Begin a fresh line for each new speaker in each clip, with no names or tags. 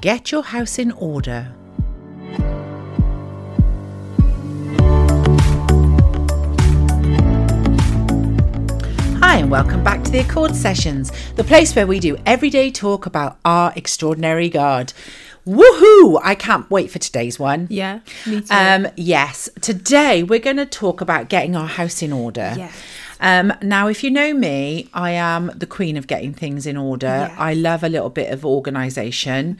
Get Your House in Order. Hi, and welcome back to the Accord Sessions, the place where we do everyday talk about our extraordinary God. Woohoo! I can't wait for today's one.
Yeah, me too.
Um, yes, today we're going to talk about getting our house in order.
Yes.
Um, now, if you know me, I am the queen of getting things in order.
Yes.
I love a little bit of organization,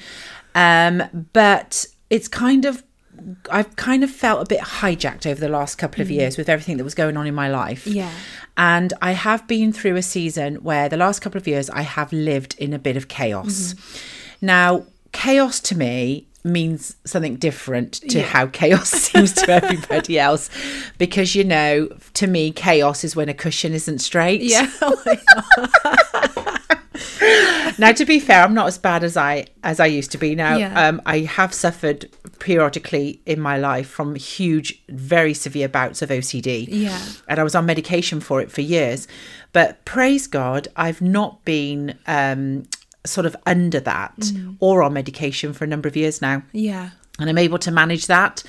um, but it's kind of I've kind of felt a bit hijacked over the last couple of years with everything that was going on in my life.
Mm. Yeah.
And I have been through a season where the last couple of years I have lived in a bit of chaos. Now, chaos to me means something different to how chaos seems to everybody else because you know to me chaos is when a cushion isn't straight
yeah.
now to be fair i'm not as bad as i as i used to be now
Yeah.
um, i have suffered periodically in my life from huge very severe bouts of ocd
Yeah.
and i was on medication for it for years but praise god i've not been um, sort of under that
Mm.
or on medication for a number of years now
yeah.
and I'm able to manage that.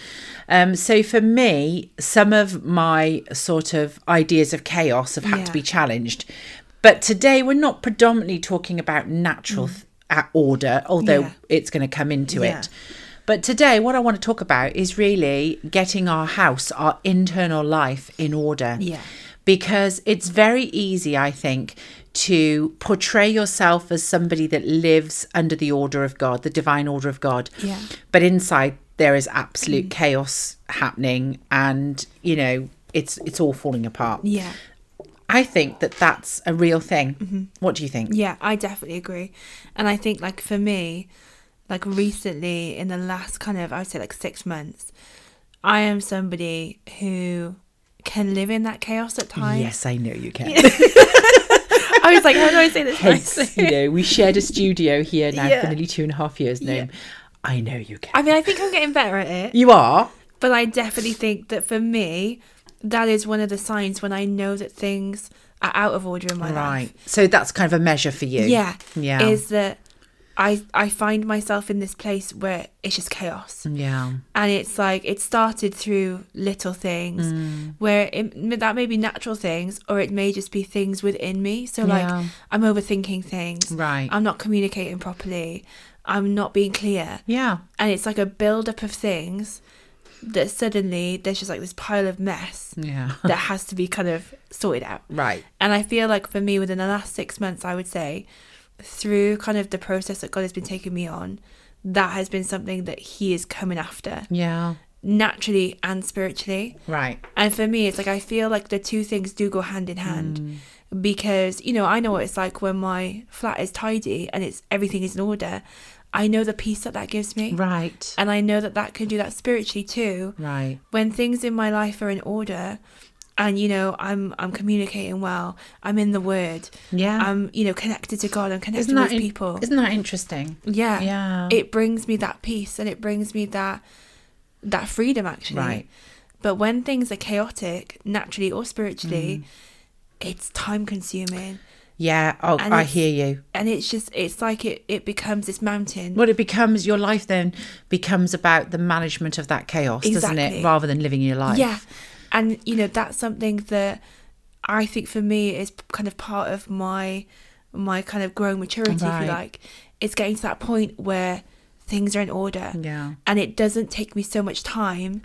Um, so for me, some of my sort of ideas of chaos have had to
Yeah.
be challenged. But today we're not predominantly talking about natural th- a- order, although
Mm. Yeah.
it's going to come into
Yeah.
it. But today, what I want to talk about is really getting our house, our internal life in order
Yeah.
because it's very easy, I think, to portray yourself as somebody that lives under the order of God, the divine order of God.
Yeah.
But inside there is absolute
Mm.
chaos happening and, you know, it's it's all falling apart.
Yeah. Mm-hmm.
I think that that's a real thing. What do you think?
Yeah, I definitely agree. And I think like for me, like recently in the last kind of I would say like 6 months, I am somebody who can live in that chaos at times.
Yes, I know you can.
I was like, how do I say this?
Hence,
nicely?
you know, we shared a studio here now for
Yeah.
nearly two and a half years,
Yeah.
Naomi. I know you can.
I mean, I think I'm getting better at it.
you are.
But I definitely think that for me, that is one of the signs when I know that things are out of order in my life.
Right. So that's kind of a measure for you.
Yeah.
Yeah.
Is that I I find myself in this place where it's just chaos.
yeah.
And it's like it started through little things
Mm.
where it, that may be natural things or it may just be things within me. So like
Yeah.
I'm overthinking things.
Right.
I'm not communicating properly. I'm not being clear.
Yeah.
And it's like a build up of things that suddenly there's just like this pile of mess
Yeah.
that has to be kind of sorted out.
Right.
And I feel like for me, within the last six months, I would say, through kind of the process that God has been taking me on, that has been something that He is coming after
Yeah.
naturally and spiritually.
Right.
And for me, it's like I feel like the two things do go hand in hand because, you know, I know what it's like when my flat is tidy and it's everything is in order. I know the peace that that gives me.
Right.
And I know that that can do that spiritually too
Right.
when things in my life are in order and you know i'm i'm communicating well i'm in the word
Yeah.
i'm you know connected to god i'm connected
Isn't that
with
in-
people
Isn't that interesting?
yeah
Yeah.
it brings me that peace and it brings me that that freedom actually
Right.
but when things are chaotic naturally or spiritually
Mm.
it's time consuming
Yeah. Oh,
And
I
it's-
hear you.
and it's just it's like it it becomes this mountain
Well, it becomes your life then becomes about the management of that chaos, doesn't it?
Exactly.
Rather than living your life.
Yeah. And, you know, that's something that I think for me is p- kind of part of my my kind of growing maturity, if
Right.
you like. It's getting to that point where things are in order.
Yeah.
And it doesn't take me so much time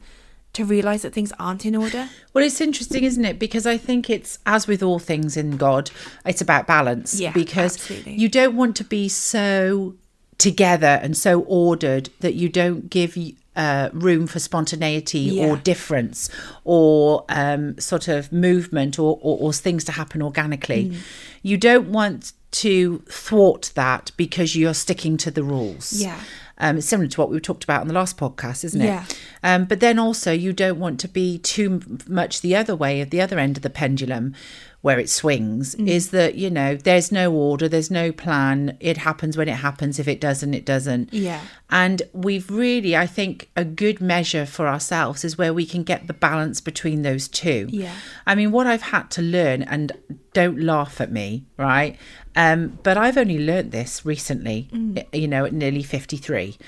to realise that things aren't in order.
Well, it's interesting, isn't it? Because I think it's, as with all things in God, it's about balance.
Yeah,
because
absolutely.
you don't want to be so together and so ordered that you don't give uh, room for spontaneity or
Yeah.
difference or um, sort of movement or, or, or things to happen organically.
Mm.
You don't want to thwart that because you're sticking to the rules.
Yeah.
Um, it's similar to what we talked about on the last podcast, isn't it?
Yeah.
Um, but then also, you don't want to be too m- much the other way, at the other end of the pendulum, where it swings
Mm.
is that you know there's no order there's no plan it happens when it happens if it doesn't it doesn't
Yeah.
and we've really i think a good measure for ourselves is where we can get the balance between those two
Yeah.
i mean what i've had to learn and don't laugh at me right um but i've only learnt this recently you know at nearly 53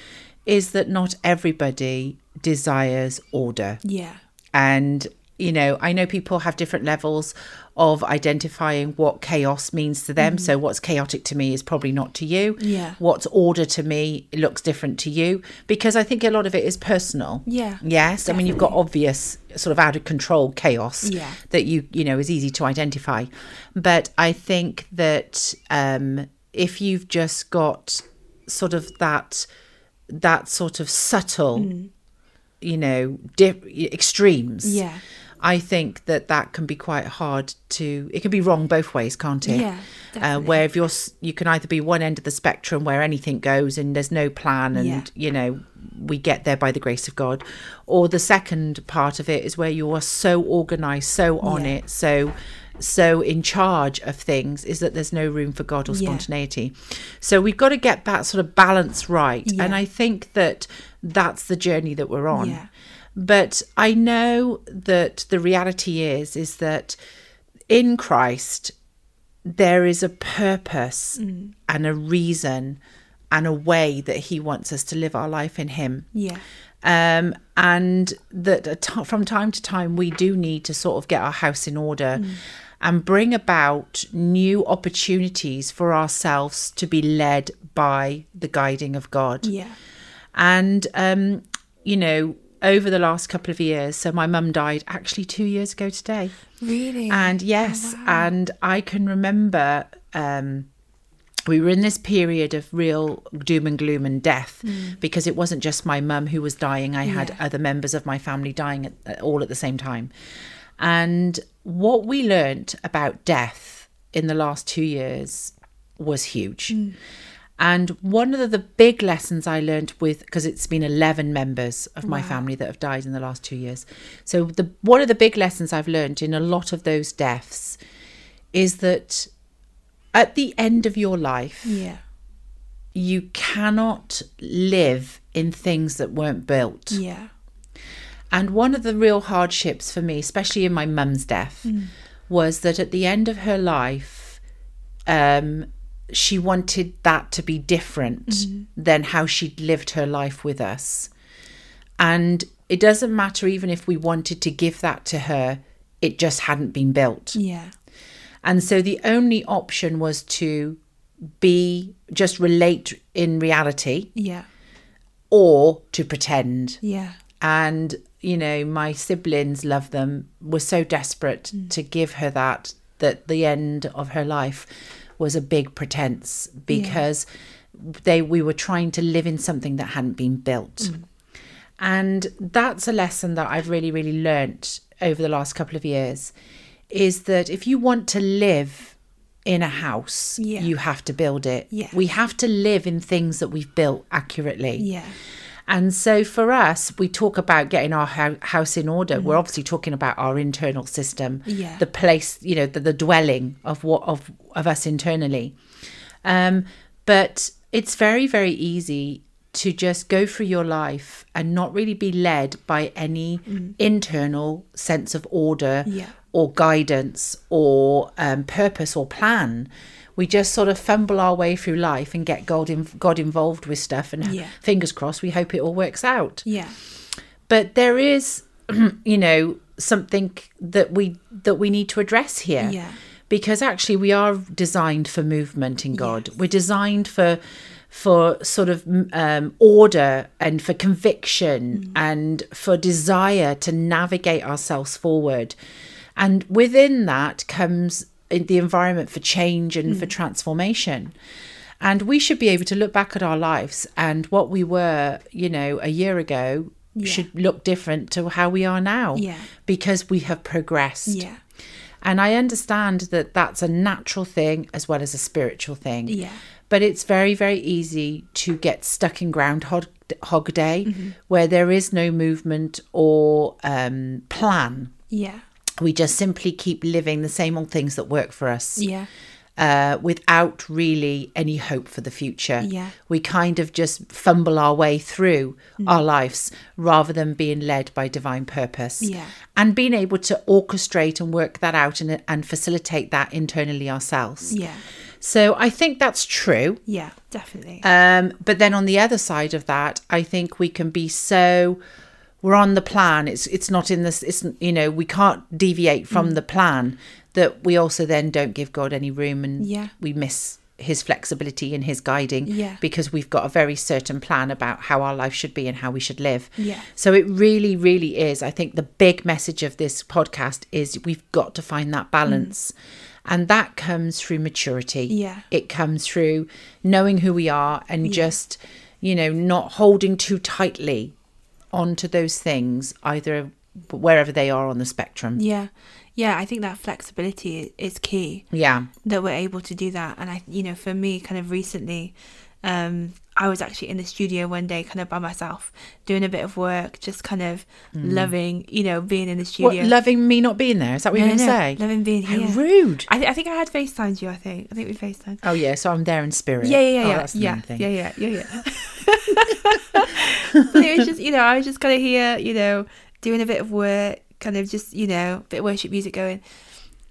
is that not everybody desires order
Yeah.
and, you know, I know people have different levels of identifying what chaos means to them. So, what's chaotic to me is probably not to you.
Mm-hmm. Yeah.
What's order to me looks different to you because I think a lot of it is personal.
Yeah,
Yes. I mean, you've got obvious, sort of out of control chaos
Yeah.
that you, you know, is easy to identify. But I think that um, if you've just got sort of that, that sort of subtle
Mm.
you know dip, extremes
Yeah.
i think that that can be quite hard to it can be wrong both ways can't it
Yeah,
uh,
definitely.
where if you're s- you can either be one end of the spectrum where anything goes and there's no plan and
Yeah.
you know we get there by the grace of god or the second part of it is where you are so organized so on
Yeah.
it so so in charge of things is that there's no room for god or
Yeah.
spontaneity so we've got to get that sort of balance right
Yeah.
and i think that that's the journey that we're on
Yeah.
but i know that the reality is is that in christ there is a purpose
Mm.
and a reason and a way that he wants us to live our life in him
Yeah.
um, and that a ti- from time to time we do need to sort of get our house in order
Mm.
and bring about new opportunities for ourselves to be led by the guiding of God.
Yeah.
And, um, you know, over the last couple of years, so my mum died actually two years ago today.
Really?
And yes, and I can remember um, we were in this period of real doom and gloom and death because it wasn't just my mum who was dying. I had other members of my family dying at, at- all at the same time. And what we learnt about death in the last two years was huge. And one of the big lessons I learned with, because it's been 11 members of my family that have died in the last two years. So, the, one of the big lessons I've learned in a lot of those deaths is that at the end of your life,
yeah.
you cannot live in things that weren't built.
Yeah.
And one of the real hardships for me, especially in my mum's death, was that at the end of her life, um, she wanted that to be different than how she'd lived her life with us. And it doesn't matter even if we wanted to give that to her, it just hadn't been built.
Yeah.
And so the only option was to be just relate in reality
Yeah.
or to pretend
Yeah.
and you know my siblings love them were so desperate
Mm.
to give her that that the end of her life was a big pretense because they we were trying to live in something that hadn't been built
Mm.
and that's a lesson that i've really really learnt over the last couple of years is that if you want to live in a house
Yeah.
you have to build it
Yeah.
we have to live in things that we've built accurately
Yeah.
and so for us, we talk about getting our hou- house in order. We're obviously talking about our internal system,
Mm-hmm. Yeah.
the place, you know, the, the dwelling of what of of us internally. Um, but it's very very easy to just go through your life and not really be led by any internal sense of order
Mm-hmm. Yeah.
or guidance or um, purpose or plan. We just sort of fumble our way through life and get God, in, God involved with stuff and
Yeah.
fingers crossed we hope it all works out
Yeah.
but there is you know something that we that we need to address here
Yeah.
because actually we are designed for movement in god we're designed for for sort of um, order and for conviction
Mm.
and for desire to navigate ourselves forward and within that comes the environment for change and
Mm.
for transformation and we should be able to look back at our lives and what we were, you know, a year ago should look different to how we are now.
Yeah.
Because we have progressed.
Yeah.
And I understand that that's a natural thing as well as a spiritual thing.
Yeah.
But it's very, very easy to get stuck in Groundhog hog Day where there is no movement or um, plan
Yeah.
we just simply keep living the same old things that work for us
Yeah.
uh, without really any hope for the future.
Yeah. Mm.
We kind of just fumble our way through our lives rather than being led by divine purpose.
Yeah.
And being able to orchestrate and work that out and, and facilitate that internally ourselves.
Yeah.
So I think that's true.
Yeah. Definitely.
Um, but then on the other side of that, I think we can be so we're on the plan. It's it's not in this. It's you know we can't deviate from
Mm.
the plan that we also then don't give God any room and
Yeah.
we miss His flexibility and His guiding
Yeah.
because we've got a very certain plan about how our life should be and how we should live.
Yeah.
So it really, really is. I think the big message of this podcast is we've got to find
Mm.
that balance. And that comes through maturity.
Yeah.
It comes through knowing who we are and just, you know, not holding too tightly onto those things, either wherever they are on the spectrum.
yeah. Yeah. I think that flexibility i- is key.
Yeah.
that we're able to do that and i you know for me kind of recently um i was actually in the studio one day kind of by myself doing a bit of work just kind of loving you know being in the
Hmm. What,
studio
loving me not being there? Is that what
No,
you're
no,
going to say?
no, loving being
How
here
rude.
I, th- I think i had facetimed you i think i think we facetimed
Oh, yeah. So I'm there in spirit.
yeah, yeah, yeah,
Oh,
yeah,
that's the
yeah,
main thing.
yeah, yeah, yeah, yeah. so it was just, you know, I was just kind of here, you know, doing a bit of work, kind of just, you know, a bit of worship music going.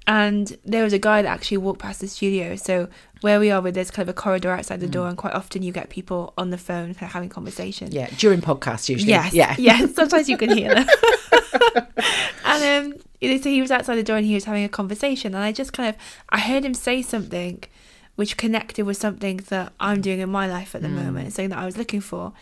And there was a guy that actually walked past the studio. So where we are, with there's kind of a corridor outside
Mm.
the door, and quite often you get people on the phone kind of having conversations.
Yeah, during podcasts usually.
Yes.
Yeah.
Yes. Sometimes you can hear them. and um, you know, so he was outside the door and he was having a conversation, and I just kind of I heard him say something, which connected with something that I'm doing in my life at
Hmm.
the moment, something that I was looking for.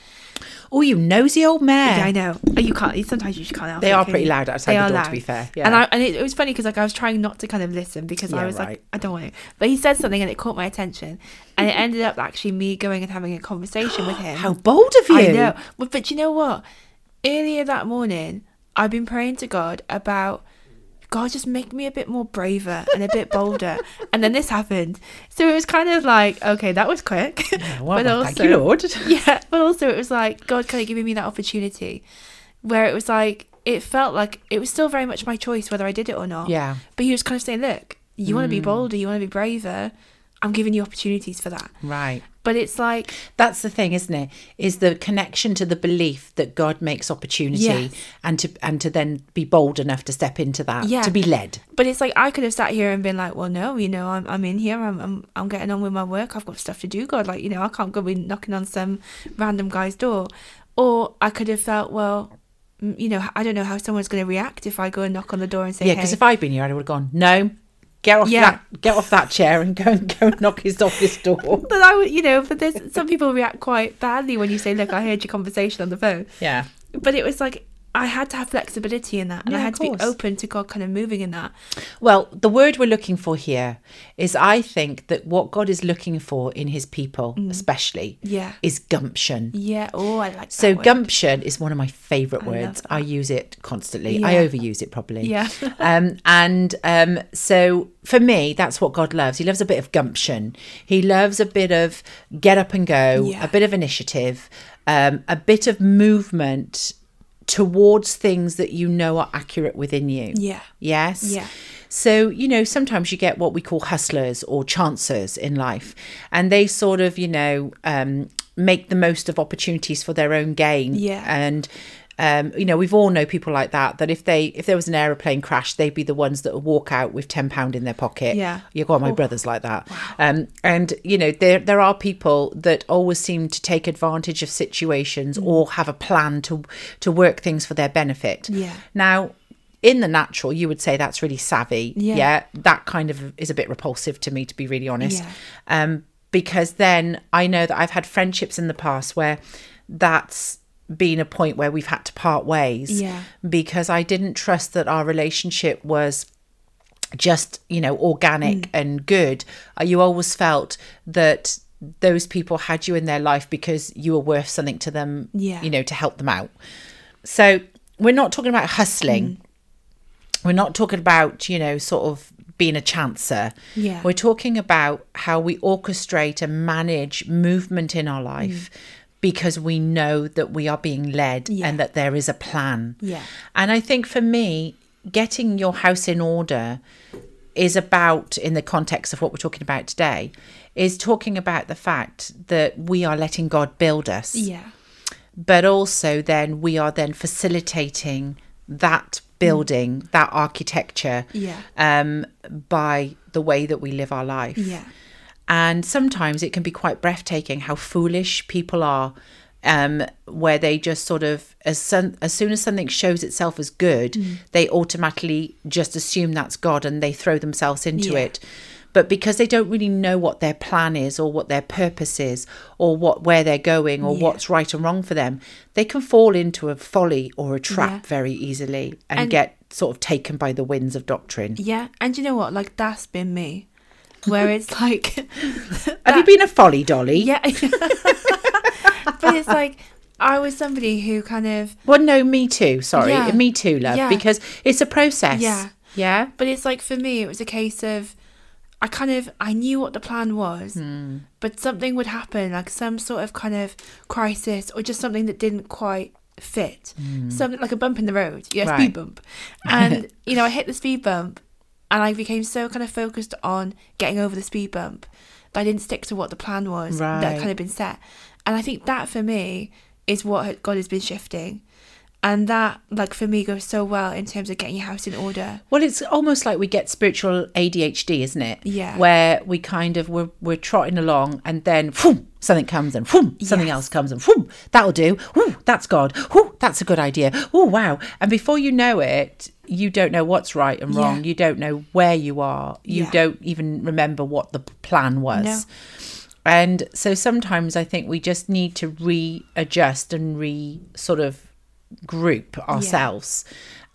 Oh, you nosy old man.
Yeah, I know. You can't. Sometimes you just can't. help
They
it,
are
can
pretty
you?
loud outside
They
the
are
door, to be fair. Yeah.
And I, and it, it was funny because like I was trying not to kind of listen because I
Yeah,
was
right.
like I don't want to. But he said something and it caught my attention, and it ended up actually me going and having a conversation with him.
How bold of you.
I know. But, but you know what? Earlier that morning, I've been praying to God about God just make me a bit more braver and a bit bolder. and then this happened. So it was kind of like, okay, that was quick.
Well, well, thank you, Lord.
yeah, but also it was like God kind of giving me that opportunity where it was like it felt like it was still very much my choice whether I did it or not.
Yeah. Mm.
But he was kind of saying, look, you want to be bolder, you want to be braver. I'm giving you opportunities for that.
Right.
But it's like
That's the thing, isn't it? Is the connection to the belief that God makes opportunity
Yes.
and to and to then be bold enough to step into that,
Yeah.
to be led.
But it's like I could have sat here and been like, well, no, you know, I'm I'm in here, I'm I'm, I'm getting on with my work, I've got stuff to do, God, like you know, I can't go be knocking on some random guy's door, or I could have felt, well, mm, you know, I don't know how someone's going to react if I go and knock on the door and say,
Yeah,
hey.
because if I'd been here, I would have gone, no, get off
Yeah.
that, get off that chair and go and go and knock his off his door.
but I would, you know, but there's some people react quite badly when you say, look, I heard your conversation on the phone,
Yeah,
but it was like. I had to have flexibility in that, and
Yeah,
I
of
had to be
course.
open to God kind of moving in that.
Well, the word we're looking for here is I think that what God is looking for in his people, especially,
Mm. Yeah.
is gumption.
Yeah. Oh, I like
So
that word.
gumption is one of my favourite
love
words. I use it constantly. I
Yeah.
overuse it probably.
Yeah.
um, and um, so for me, that's what God loves. He loves a bit of gumption. He loves a bit of get up and go,
Yeah.
a bit of initiative, um, a bit of movement towards things that you know are accurate within you.
Yeah.
Yes.
Yeah.
So, you know, sometimes you get what we call hustlers or chancers in life, and they sort of, you know, um, make the most of opportunities for their own gain.
Yeah.
And, um, you know, we've all know people like that, that if they if there was an aeroplane crash, they'd be the ones that would walk out with £10 in their pocket.
Yeah. Oh.
You got my brother's like that. Um, and, you know, there, there are people that always seem to take advantage of situations
Mm.
or have a plan to, to work things for their benefit.
Yeah.
Now, in the natural, you would say that's really savvy.
Yeah.
That kind of is a bit repulsive to me, to be really honest.
Yeah.
Um, because then I know that I've had friendships in the past where that's been a point where we've had to part ways.
Yeah.
Because I didn't trust that our relationship was just you know organic
Mm.
and good uh, you always felt that those people had you in their life because you were worth something to them
Yeah.
you know to help them out so we're not talking about hustling
Mm.
we're not talking about you know sort of being a chancer
Yeah.
we're talking about how we orchestrate and manage movement in our life because we know that we are being led
Mm. Yeah.
and that there is a plan
Yeah.
and I think for me, getting your house in order is about in the context of what we're talking about today is talking about the fact that we are letting God build us
Yeah.
but also then we are then facilitating that building that architecture
Yeah.
um by the way that we live our life
Yeah.
and sometimes it can be quite breathtaking how foolish people are um where they just sort of as son- as soon as something shows itself as good
Mm.
they automatically just assume that's god and they throw themselves into
Yeah.
it but because they don't really know what their plan is or what their purpose is or what where they're going or
Yeah.
what's right and wrong for them they can fall into a folly or a trap
Yeah.
very easily and,
And-
get sort of taken by the winds of doctrine
Yeah. And you know what? Like that's been me. Where it's like
have you been a folly dolly
Yeah. but it's like I was somebody who kind of
Well, no, me too. Sorry,
Yeah.
me too, love,
Yeah.
because it's a process.
Yeah.
yeah,
but it's like for me it was a case of I kind of I knew what the plan was,
Hmm.
but something would happen like some sort of kind of crisis or just something that didn't quite fit. Something like a bump in the road. Yeah,
Hmm. Right.
speed bump. And you know, I hit the speed bump and I became so kind of focused on getting over the speed bump that I didn't stick to what the plan was that
Right.
had kind of been set. And I think that for me is what God has been shifting. And that, like, for me, goes so well in terms of getting your house in order.
Well, it's almost like we get spiritual ADHD, isn't it?
Yeah.
Where we kind of we're, we're trotting along, and then whoom, something comes, and whoom, something
Yes.
else comes, and whoom, that'll do. Whoo, that's God. Whoo, that's a good idea. Oh, wow! And before you know it, you don't know what's right and wrong.
Yeah.
You don't know where you are. You
Yeah.
don't even remember what the p- plan was.
No.
And so sometimes I think we just need to readjust and re sort of group ourselves.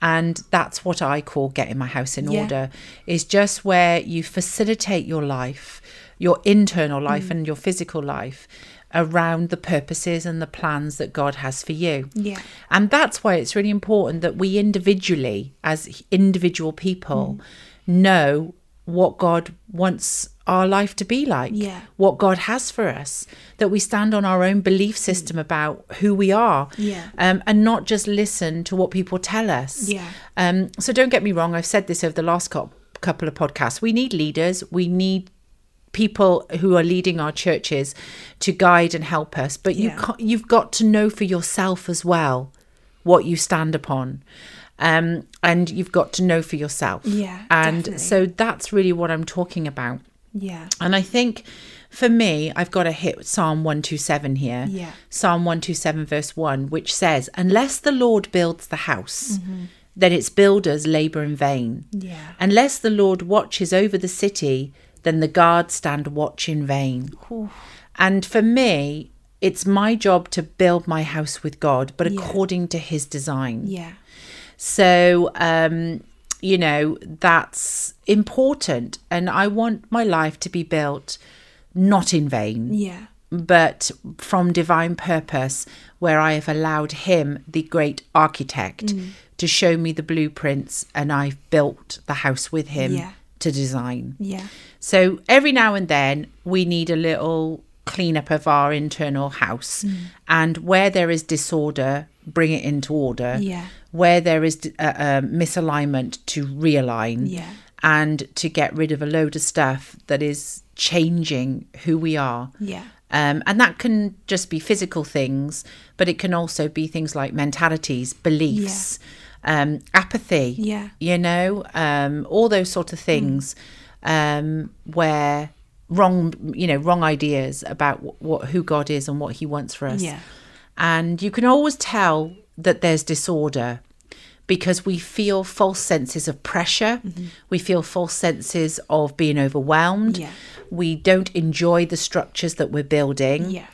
And that's what I call getting my house in
Yeah.
order is just where you facilitate your life, your internal
Mm.
life and your physical life around the purposes and the plans that God has for you.
Yeah.
And that's why it's really important that we individually, as individual
Mm.
people, know what God wants our life to be like,
Yeah.
what God has for us, that we stand on our own belief system about who we are,
Mm. Yeah.
um, and not just listen to what people tell us.
Yeah.
Um, so don't get me wrong, I've said this over the last cou- couple of podcasts. We need leaders, we need people who are leading our churches to guide and help us, but you
Yeah.
can't, you've got to know for yourself as well what you stand upon. Um, and you've got to know for yourself.
Yeah,
And
definitely.
so that's really what I'm talking about.
Yeah.
And I think for me, I've got to hit Psalm 127 here.
Yeah.
Psalm 127, verse 1, which says, Unless the Lord builds the house, then its builders labor in vain.
Mm-hmm. Yeah.
Unless the Lord watches over the city, then the guards stand watch in vain. And for me, it's my job to build my house with God, but according to his design.
Yeah.
So, um, you know, that's important. And I want my life to be built not in vain,
Yeah.
but from divine purpose, where I have allowed Him, the great architect, to show me the blueprints and I've built the house with Him
Yeah.
to design.
Yeah.
So every now and then we need a little cleanup of our internal house.
Mm.
And where there is disorder, bring it into order.
Yeah.
Where there is d- uh, uh, misalignment, to realign.
Yeah.
And to get rid of a load of stuff that is changing who we are.
Yeah.
Um, and that can just be physical things, but it can also be things like mentalities, beliefs, um, apathy,
Yeah.
you know, um, all those sort of things um, where wrong, you know, wrong ideas about what, what who God is and what He wants for us.
Yeah.
And you can always tell that there's disorder because we feel false senses of pressure.
Mm-hmm.
We feel false senses of being overwhelmed.
Yeah.
We don't enjoy the structures that we're building.
Yeah.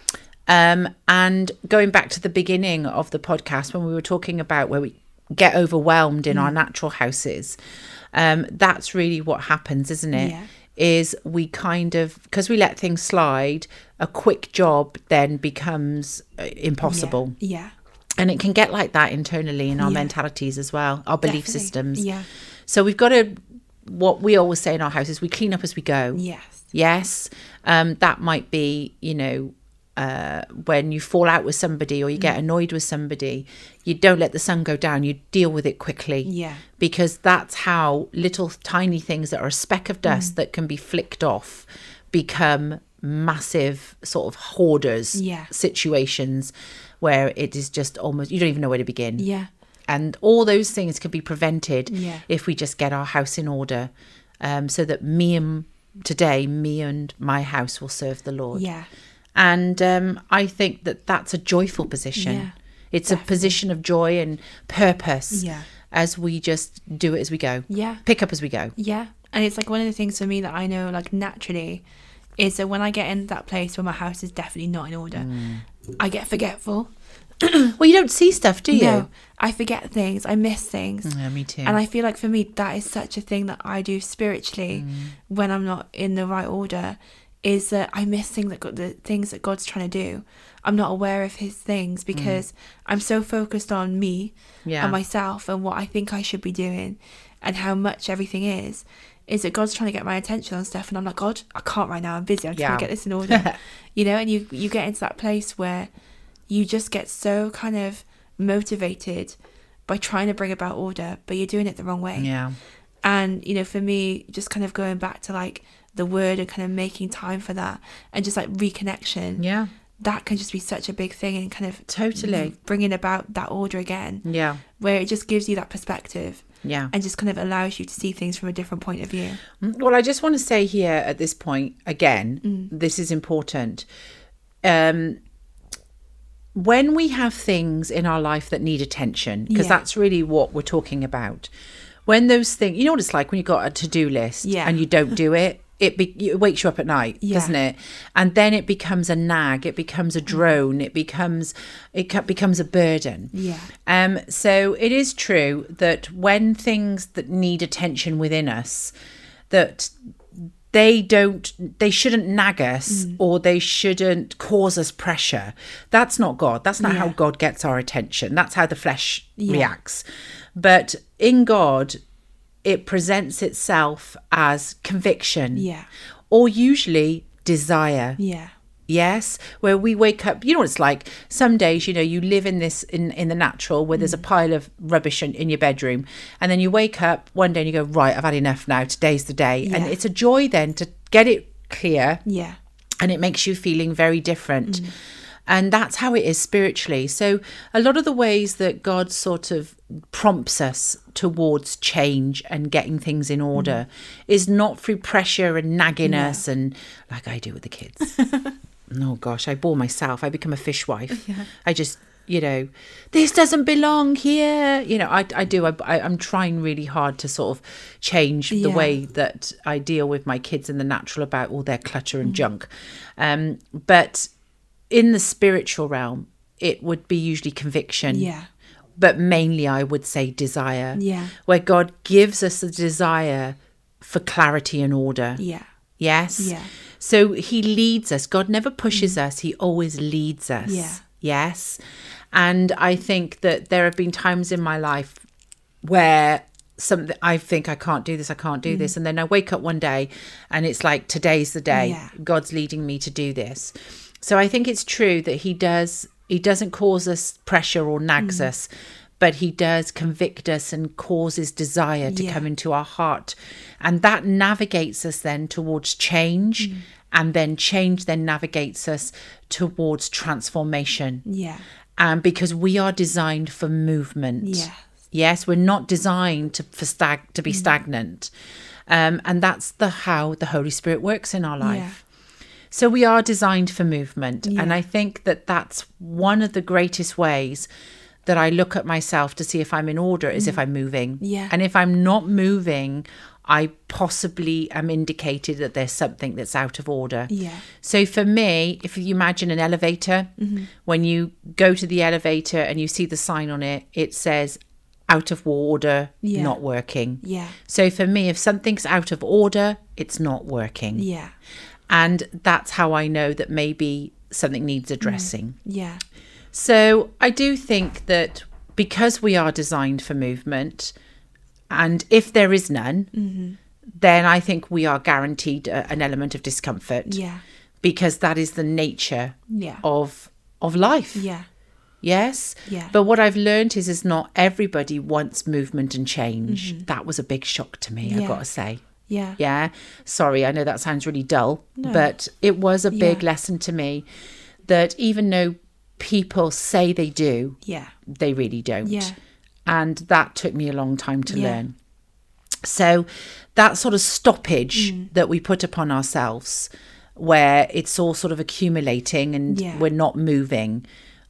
Um, and going back to the beginning of the podcast when we were talking about where we get overwhelmed in our
Mm.
natural houses, um, that's really what happens, isn't it?
Yeah.
Is we kind of because we let things slide, a quick job then becomes uh, impossible,
Yeah.
and it can get like that internally in our
Yeah.
mentalities as well, our belief
Definitely.
systems.
Yeah.
So we've got to. What we always say in our house is we clean up as we go.
Yes.
Yes. Um, that might be, you know, uh, when you fall out with somebody or you
Mm.
get annoyed with somebody, you don't let the sun go down. You deal with it quickly.
Yeah.
Because that's how little tiny things that are a speck of
Mm.
dust that can be flicked off become massive sort of hoarders
Yeah.
situations where it is just almost, you don't even know where to begin.
Yeah.
And all those things can be prevented
Yeah.
if we just get our house in order um, so that me and today, me and my house will serve the Lord.
Yeah.
And um, I think that that's a joyful position.
Yeah,
it's a position of joy and purpose
Yeah.
as we just do it as we go.
Yeah.
Pick up as we go.
Yeah. And it's like one of the things for me that I know, like naturally, is that when I get in that place where my house is definitely not in order,
Mm.
I get forgetful.
Well, you don't see stuff, do you?
No, I forget things. I miss things.
Yeah, me too.
And I feel like for me, that is such a thing that I do spiritually
Mm.
when I'm not in the right order, is that I miss things that God, the things that God's trying to do. I'm not aware of His things because I'm so focused on me
Mm. Yeah.
and myself and what I think I should be doing and how much everything is. Is that God's trying to get my attention on stuff, and I'm like, God, I can't right now. I'm busy. I'm trying
Yeah.
to get this in order, you know. And you you get into that place where you just get so kind of motivated by trying to bring about order, but you're doing it the wrong way.
yeah.
And, you know, for me, just kind of going back to like the word and kind of making time for that and just like reconnection,
Yeah.
that can just be such a big thing and kind of
Totally.
bringing about that order again,
Yeah.
where it just gives you that perspective
Yeah.
and just kind of allows you to see things from a different point of view.
Mm-hmm. Well, I just want to say here at this point again,
Mm.
this is important. Um, when we have things in our life that need attention, because
Yeah.
that's really what we're talking about. When those things, you know what it's like when you've got a to do list
Yeah.
and you don't do it, it, be, it wakes you up at night,
Yeah. Mm.
doesn't it? And then it becomes a nag, it becomes a drone, it becomes it ca- becomes a burden.
Yeah.
Um, so it is true that when things that need attention within us, that they don't, they shouldn't nag us
Mm.
or they shouldn't cause us pressure. That's not God. That's not how
Yeah.
God gets our attention. That's how the flesh reacts. But in God, it presents itself as conviction.
Yeah.
Or usually desire.
Yeah.
Yes, where we wake up, you know, what it's like some days, you know, you live in this in in the natural where there's a pile of rubbish in, in your bedroom, and then you wake up one day and you go, right, I've had enough now. Today's the day, and
Yeah.
it's a joy then to get it clear
Yeah.
and it makes you feeling very different. And that's how it is spiritually. So, a lot of the ways that God sort of prompts us towards change and getting things in order is not through pressure and nagging us, and like I do with the kids. oh gosh, I bore myself. I become a fishwife. I just, you know, this doesn't belong here. You know, I, I do. I, I, I'm trying really hard to sort of change the
Yeah.
way that I deal with my kids in the natural about all their clutter and junk. Um, but in the spiritual realm, it would be usually conviction.
Yeah.
But mainly, I would say desire.
Yeah.
Where God gives us a desire for clarity and order.
Yeah.
Yes.
Yeah. Mm.
So he leads us. God never pushes us, he always leads us.
Yeah.
Yes. And I think that there have been times in my life where something I think I can't do this, I can't
Mm.
do this. And then I wake up one day and it's like today's the day.
Yeah.
God's leading me to do this. So I think it's true that he does he doesn't cause us pressure or nags us, but he does convict us and causes desire to
Yeah.
come into our heart. And that navigates us then towards change. And then change then navigates us towards transformation.
Yeah.
And um, because we are designed for movement.
Yes. Mm.
Yes, we're not designed to for stag to be stagnant. Um, and that's the how the Holy Spirit works in our life. So we are designed for movement. And I think that that's one of the greatest ways that I look at myself to see if I'm in order is if I'm moving.
Mm. Yeah.
And if I'm not moving, I possibly am indicated that there's something that's out of order.
Yeah.
So for me, if you imagine an elevator,
Mm-hmm.
when you go to the elevator and you see the sign on it, it says out of order,
Yeah.
not working.
Yeah.
So for me, if something's out of order, it's not working.
Yeah.
And that's how I know that maybe something needs
Mm.
addressing.
Yeah.
So I do think that because we are designed for movement, and if there
Mm-hmm.
is none, then I think we are guaranteed a, an element of discomfort
Yeah.
because that is the nature
Yeah.
of of life.
Yeah.
Yes.
Yeah.
But what I've learned is is not everybody wants movement and change. That was a big shock to me,
Mm-hmm. Yeah.
I've got to say.
Yeah.
Yeah. Sorry, I know that sounds really dull, but it was a big
Yeah.
lesson to me that even though people say they do,
Yeah.
they really don't.
Yeah.
And that took me a long time to
Yeah.
learn. So that sort of stoppage
Mm.
that we put upon ourselves where it's all sort of accumulating and
Yeah.
we're not moving,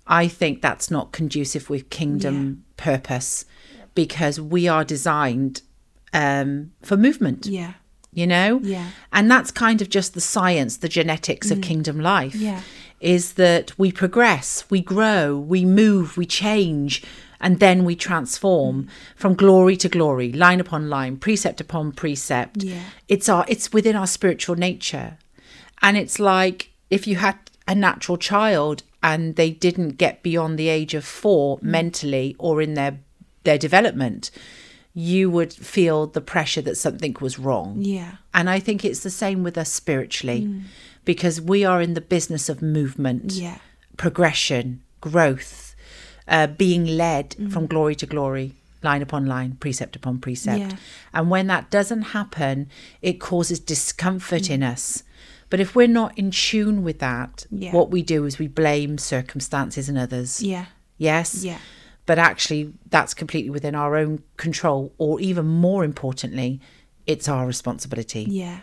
I think that's not conducive with kingdom purpose because we are designed um, for movement
Yeah.
you know
Yeah. Mm.
and that's kind of just the science the genetics of kingdom life
Yeah.
is that we progress we grow we move we change and then we
Mm.
transform from glory to glory line upon line precept upon precept
Yeah.
it's our it's within our spiritual nature and it's like if you had a natural child and they didn't get beyond the age of 4
Mm.
mentally or in their their development you would feel the pressure that something was wrong
Yeah.
and I think it's the same with us spiritually because we are in the business of movement,
Mm. Yeah.
progression, growth, uh, being led
Mm.
from glory to glory, line upon line, precept upon precept.
Yeah.
And when that doesn't happen, it causes discomfort in us. But if we're not in tune with that,
Mm. Yeah.
what we do is we blame circumstances and others.
Yeah.
Yes?
Yeah.
But actually, that's completely within our own control, or even more importantly, it's our responsibility.
Yeah.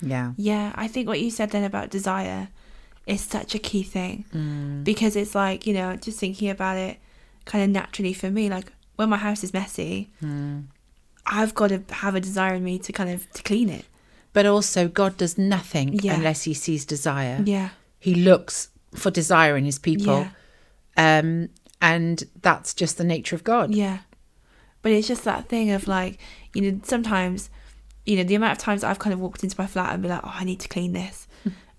Yeah.
Yeah, I think what you said then about desire is such a key thing because it's like, you know, just thinking about it kind of naturally for me, like when my house is messy, I've got to have a desire in me to kind of to clean it.
But also, God does nothing
Yeah.
unless he sees desire.
Yeah.
He looks for desire in his people.
Yeah.
Um, and that's just the nature of God.
Yeah. But it's just that thing of like, you know, sometimes, you know, the amount of times I've kind of walked into my flat and be like, oh, I need to clean this,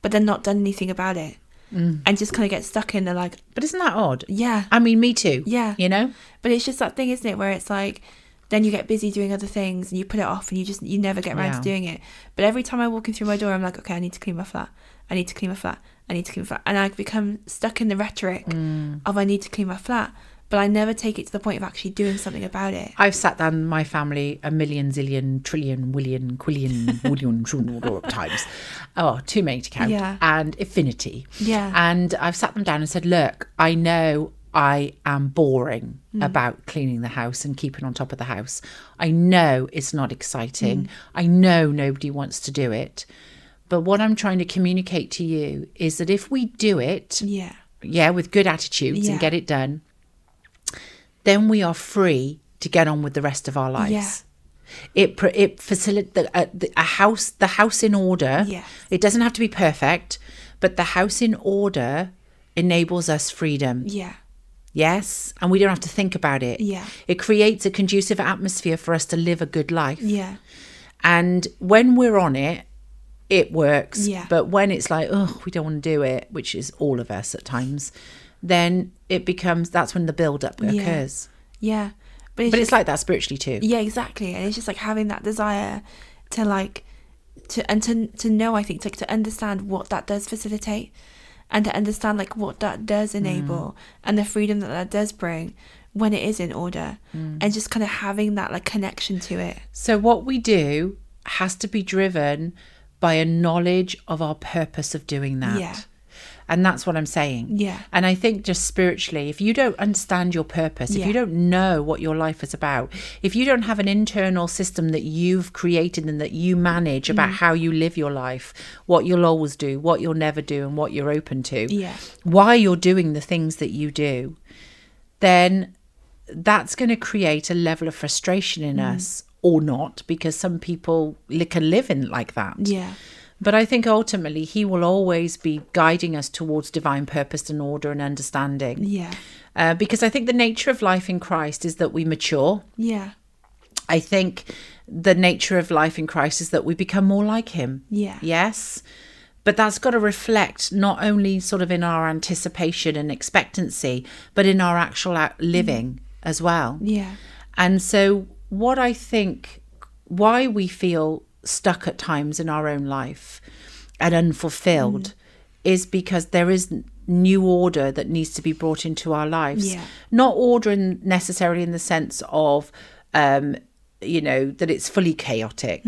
but then not done anything about it and just kind of get stuck in the like,
But isn't that odd?
yeah.
I mean, me too.
Yeah.
You know?
But it's just that thing, isn't it, where it's like then you get busy doing other things and you put it off and you just you never get around
Yeah.
to doing it. But every time I walk in through my door, I'm like, okay, I need to clean my flat. I need to clean my flat. I need to clean my flat, and I become stuck in the rhetoric of I need to clean my flat, but I never take it to the point of actually doing something about it.
I've sat down with my family a million, zillion, trillion, willion, quillion, woollion, trillion times. Oh, too many to count.
Yeah.
And infinity.
Yeah.
And I've sat them down and said, look, I know I am boring
Mm.
about cleaning the house and keeping on top of the house. I know it's not exciting.
Mm.
I know nobody wants to do it. But what I'm trying to communicate to you is that if we do it,
Yeah,
yeah, with good attitudes
Yeah.
and get it done, then we are free to get on with the rest of our lives.
Yeah.
It pr- it facilitate the, uh, the a house the house in order.
Yes.
It doesn't have to be perfect, but the house in order enables us freedom.
yeah,
Yes, and we don't have to think about it.
Yeah.
It creates a conducive atmosphere for us to live a good life.
yeah,
And when we're on it, it works.
Yeah.
But when it's like, oh, we don't want to do it, which is all of us at times, then it becomes that's when the build up
Yeah.
occurs.
yeah. But it's,
But
just,
it's like that spiritually too.
yeah, exactly, and it's just like having that desire to like to and to to know. I think to to understand what that does facilitate, and to understand like what that does
Mm.
enable and the freedom that that does bring when it is in order,
Mm.
and just kind of having that like connection to it.
So what we do has to be driven by a knowledge of our purpose of doing that.
Yeah.
And that's what I'm saying.
Yeah.
And I think just spiritually, if you don't understand your purpose, if
Yeah.
you don't know what your life is about, if you don't have an internal system that you've created and that you manage
Mm.
about how you live your life, what you'll always do, what you'll never do, and what you're open to,
Yeah.
why you're doing the things that you do, then that's going to create a level of frustration in
Mm.
us or not, because some people li- can live in like that.
Yeah,
But I think ultimately he will always be guiding us towards divine purpose and order and understanding.
yeah,
Uh, because I think the nature of life in Christ is that we mature.
yeah,
I think the nature of life in Christ is that we become more like him.
Yeah.
Yes. But that's got to reflect not only sort of in our anticipation and expectancy, but in our actual out- living
Mm.
as well.
yeah,
And so, what I think why we feel stuck at times in our own life and unfulfilled is because there is new order that needs to be brought into our lives.
Yeah.
Not order in, necessarily in the sense of, um, you know, that it's fully chaotic,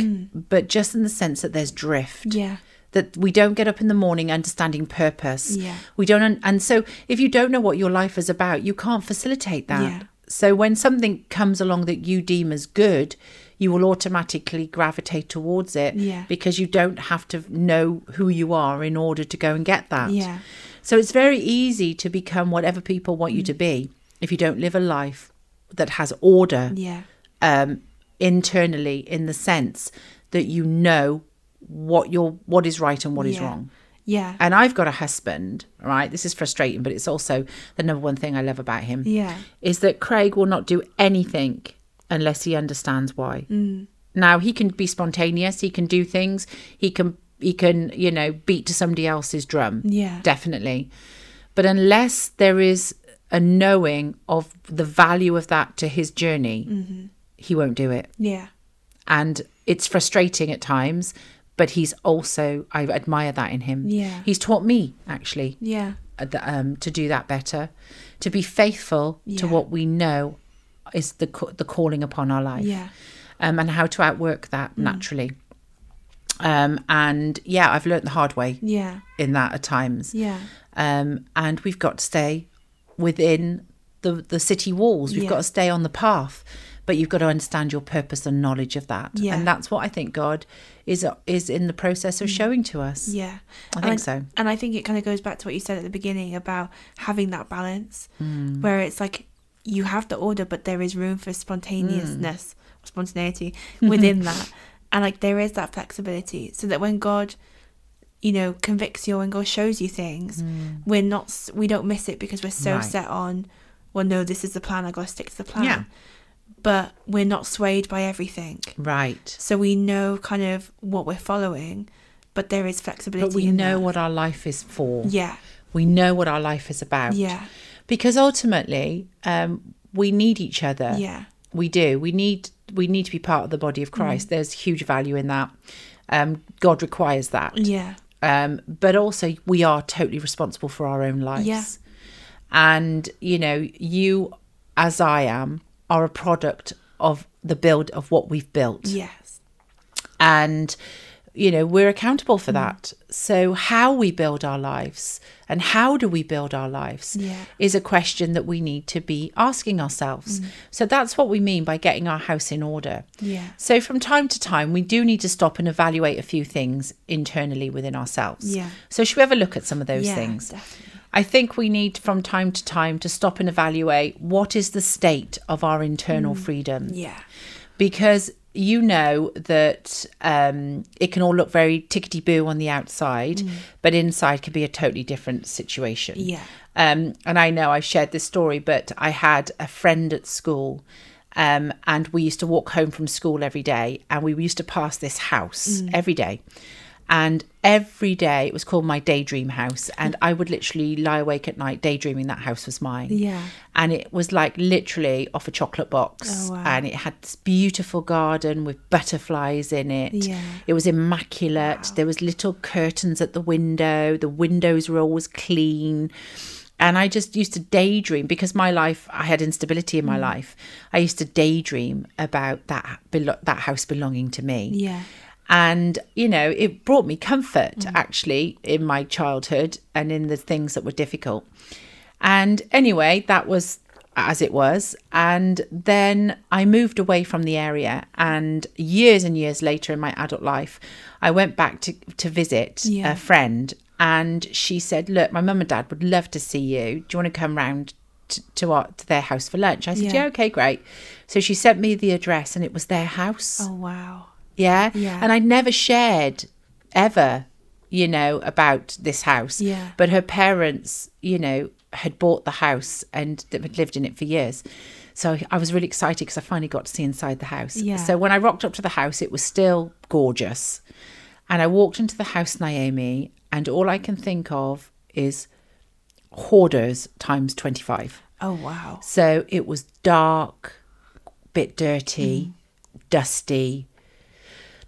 but just in the sense that there's drift
Yeah.
that we don't get up in the morning understanding purpose.
Yeah.
We don't, un- and so if you don't know what your life is about, you can't facilitate that.
Yeah.
So when something comes along that you deem as good, you will automatically gravitate towards it
Yeah.
because you don't have to know who you are in order to go and get that.
Yeah.
So it's very easy to become whatever people want
Mm.
you to be if you don't live a life that has order
Yeah.
um, internally in the sense that you know what your what is right and what is
Yeah.
wrong.
Yeah.
And I've got a husband, right? This is frustrating, but it's also the number one thing I love about him
Yeah.
is that Craig will not do anything unless he understands why.
Mm.
Now he can be spontaneous, he can do things, he can he can, you know, beat to somebody else's drum.
Yeah.
Definitely. But unless there is a knowing of the value of that to his journey,
Mm-hmm.
he won't do it
Yeah.
and it's frustrating at times but he's also i admire that in him
Yeah.
he's taught me actually
Yeah.
uh, th- um, to do that better to be faithful to
Yeah.
what we know is the ca- the calling upon our life
Yeah. Mm.
um, and how to outwork that naturally um, and yeah i've learnt the hard way
Yeah.
in that at times
Yeah.
um, and we've got to stay within the the city walls. We've
Yeah.
got to stay on the path, but you've got to understand your purpose and knowledge of that.
Yeah. Mm.
And that's what I think God is uh, is in the process of showing to us.
Yeah.
I
And
think so.
And I think it kind of goes back to what you said at the beginning about having that balance
Mm.
where it's like you have the order, but there is room for spontaneousness,
Mm.
spontaneity within that. And like there is that flexibility so that when God, you know, convicts you or when God shows you things, we're not, s- we don't miss it because we're so
Mm. Right.
set on, well, no, this is the plan. I got to stick to the plan.
Yeah.
But we're not swayed by everything.
Right.
So we know kind of what we're following, but there is flexibility.
But we
in
know
that.
what our life is for.
Yeah.
We know what our life is about.
Yeah.
Because ultimately, um, we need each other.
Yeah. Mm.
we do we need we need to be part of the body of christ there's huge value in that um god requires that
Yeah.
um but also we are totally responsible for our own lives
Yeah.
and you know you as i am are a product of the build of what we've built
Yes.
and you know we're accountable
Mm.
for that so how we build our lives and how do we build our lives
Yeah. Mm.
is a question that we need to be asking ourselves so that's what we mean by getting our house in order
Yeah.
so from time to time we do need to stop and evaluate a few things internally within ourselves
Yeah.
so should we have a look at some of those
Yeah,
things
definitely.
I think we need from time to time to stop and evaluate what is the state of our
Mm.
internal freedom
Yeah.
because you know that um, it can all look very tickety boo on the outside, but inside could be a totally different situation.
Mm. Yeah.
Um, and I know I've shared this story, but I had a friend at school, um, and we used to walk home from school every day, and we used to pass this house
Mm.
every day. And every day it was called my daydream house, and I would literally lie awake at night daydreaming that house was mine.
Yeah.
And it was like literally off a chocolate box,
Oh, wow.
and it had this beautiful garden with butterflies in it.
Yeah.
It was immaculate. There was little curtains at the window. The windows were always clean. And I just used to daydream because my life, I had instability in my
Mm.
life. I used to daydream about that belo- that house belonging to me.
Yeah.
And, you know, it brought me comfort
Mm.
actually in my childhood and in the things that were difficult. And anyway, that was as it was. And then I moved away from the area. And years and years later in my adult life, I went back to, to visit
Yeah.
a friend. And she said, Look, my mum and dad would love to see you. Do you want to come round? t- To, our, to their house for lunch. I said,
Yeah.
yeah, okay, great. So she sent me the address and it was their house.
Oh wow.
Yeah.
Yeah.
And I'd never shared ever, you know, about this house.
Yeah.
But her parents, you know, had bought the house and th- had lived in it for years. So I was really excited because I finally got to see inside the house.
Yeah.
So when I rocked up to the house, it was still gorgeous. And I walked into the house, Naomi, and all I can think of is hoarders times 25.
Oh wow.
So it was dark, bit dirty, dusty.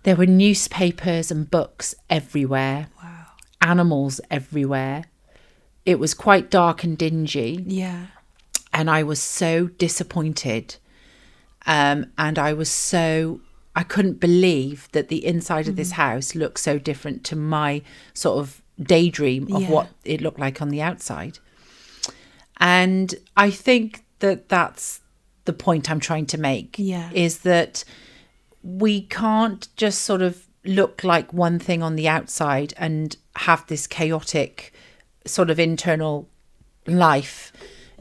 There were newspapers and books everywhere.
Wow.
animals everywhere. It was quite dark and dingy,
Yeah.
and I was so disappointed. Um, and I was so, I couldn't believe that the inside of this
Mm-hmm.
house looked so different to my sort of daydream of
Yeah.
what it looked like on the outside. And I think that that's the point I'm trying to make
Yeah.
is that we can't just sort of look like one thing on the outside and have this chaotic sort of internal life.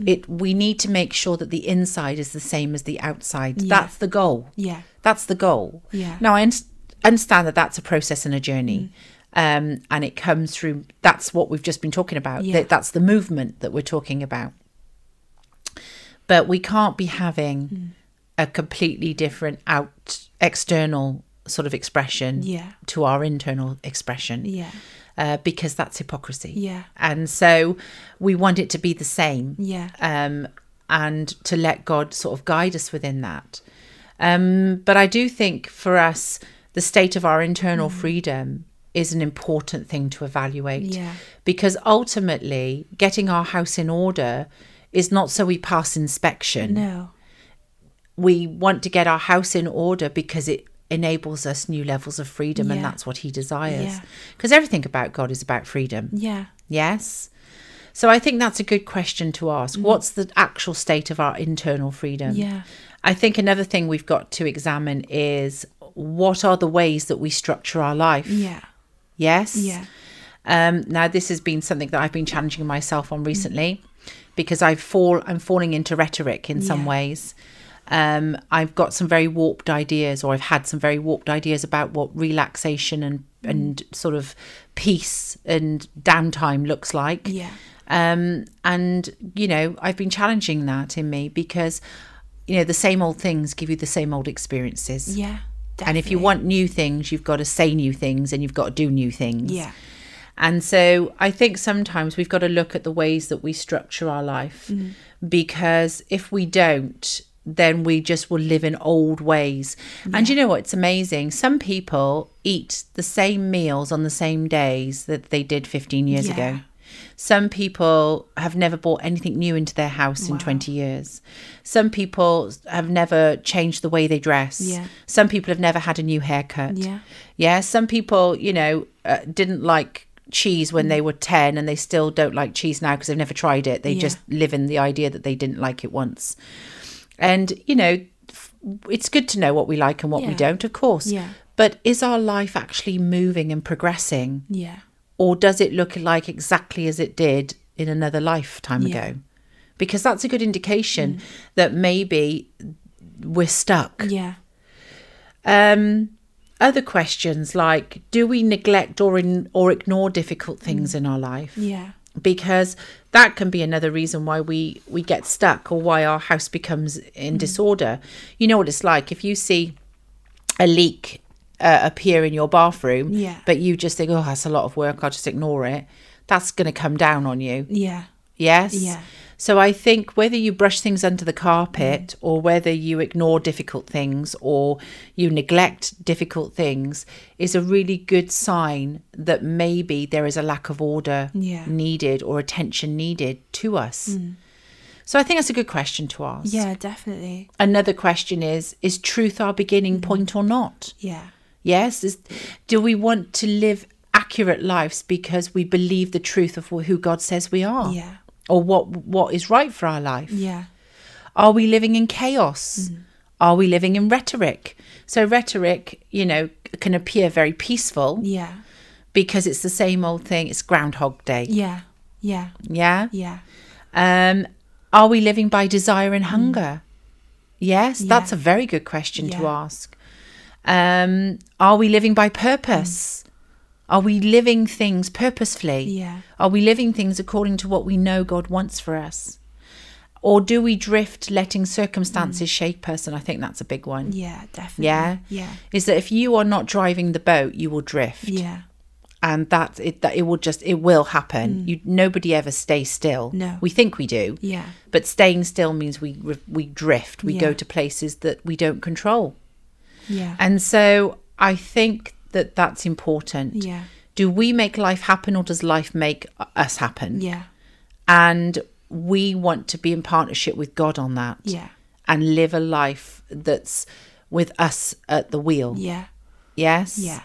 It we need to make sure that the inside is the same as the outside. That's the goal.
Yeah.
That's the goal.
Yeah.
Now I un- understand that that's a process and a journey. Um, and it comes through that's what we've just been talking about.
Mm. Yeah.
That that's the movement that we're talking about. But we can't be having
Mm.
a completely different out external sort of expression
Yeah.
to our internal expression.
Yeah.
Uh, because that's hypocrisy.
Yeah.
And so we want it to be the same
Yeah.
um, and to let God sort of guide us within that. Um, but I do think for us, the state of our internal
Mm.
freedom is an important thing to evaluate
Yeah.
because ultimately, getting our house in order is not so we pass inspection.
No.
We want to get our house in order because it enables us new levels of freedom, and
Yeah.
that's what He desires.
Yeah.
Because everything about God is about freedom.
Yeah.
Yes. So I think that's a good question to ask. What's the actual state of our internal freedom?
Mm-hmm. Yeah.
I think another thing we've got to examine is what are the ways that we structure our life?
Yeah.
Yes.
Mm. Yeah.
Um, now this has been something that I've been challenging myself
Mm.
on recently because I fall I'm falling into rhetoric in some
Yeah.
ways. Um, I've got some very warped ideas, or I've had some very warped ideas about what relaxation and
Mm.
and sort of peace and downtime looks like.
Yeah.
Um, and you know, I've been challenging that in me because you know the same old things give you the same old experiences.
Yeah.
And if you
definitely.
want new things, you've got to say new things and you've got to do new things.
Yeah.
And so I think sometimes we've got to look at the ways that we structure our life
Mm-hmm.
because if we don't, then we just will live in old ways. And you know what? It's amazing. Some people eat the same meals on the same days that they did 15 years
Yeah.
ago. Some people have never bought anything new into their house in
Wow.
20 years. Some people have never changed the way they dress.
Yeah.
Some people have never had a new haircut.
Yeah.
Yeah, some people, you know, uh, didn't like cheese when they were 10 and they still don't like cheese now because they've never tried it. They
Yeah.
just live in the idea that they didn't like it once. And, you know, f- it's good to know what we like and what we
Yeah.
don't, of course.
Yeah.
But is our life actually moving and progressing
Yeah.
or does it look like exactly as it did in another lifetime
Yeah. Mm.
ago? Because that's a good indication that maybe we're stuck.
Yeah.
Um, other questions like do we neglect or in, or ignore difficult things in our life?
Yeah.
Because that can be another reason why we we get stuck or why our house becomes in disorder. You know what it's like if you see a leak uh, appear in your bathroom,
Yeah.
but you just think, oh, that's a lot of work. I'll just ignore it. That's going to come down on you.
Yeah.
Yes.
Yeah.
So I think whether you brush things under the
Mm.
carpet or whether you ignore difficult things or you neglect difficult things is a really good sign that maybe there is a lack of order
Yeah. Mm.
needed or attention needed to us. So I think that's a good question to ask.
Yeah. Definitely.
Another question is is truth our beginning
Mm-hmm.
point or not?
Yeah.
Yes, is, do we want to live accurate lives because we believe the truth of who God says we are?
Yeah.
Or what what is right for our life?
Yeah.
Are we living in chaos? Are we living in rhetoric? So rhetoric, you know, can appear very peaceful
Yeah.
because it's the same old thing. It's Groundhog Day.
Yeah. Yeah.
Yeah.
Yeah.
Um, are we living by desire
Hmm.
and hunger? Yes, that's a very good question to
Yeah.
ask. Um, are we living by purpose? Are we living things purposefully?
Hmm. Yeah.
Are we living things according to what we know God wants for us? Or do we drift letting circumstances shape us? And I think that's a big one.
Hmm. Yeah. Definitely.
Yeah.
Yeah.
Is that if you are not driving the boat, you will drift.
Yeah.
And that it that it will just it will happen. You nobody ever stays still.
Hmm. No.
We think we do.
Yeah.
But staying still means we re- we drift. We go
Yeah.
to places that we don't control.
Yeah.
And so I think that that's important.
Yeah.
do we make life happen or does life make us happen?
Yeah.
And we want to be in partnership with God on that.
Yeah.
And live a life that's with us at the wheel.
Yeah.
Yes.
Yeah.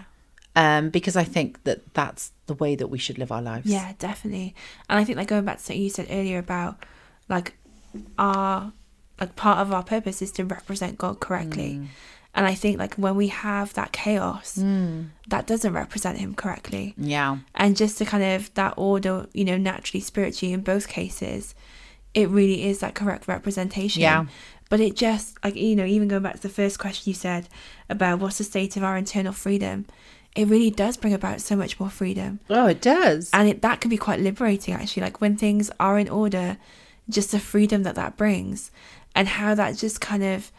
Um, because I think that that's the way that we should live our lives.
Yeah, definitely. And I think like going back to something you said earlier about like our like part of our purpose is to represent God correctly. And I think like when we have that chaos, that doesn't represent him correctly.
Yeah.
And just to kind of that order, you know, naturally spiritually in both cases, it really is that correct representation.
Yeah.
But it just like you know, even going back to the first question you said about what's the state of our internal freedom, it really does bring about so much more freedom
Oh, it does.
and it, that can be quite liberating actually like when things are in order just the freedom that that brings and how that just kind of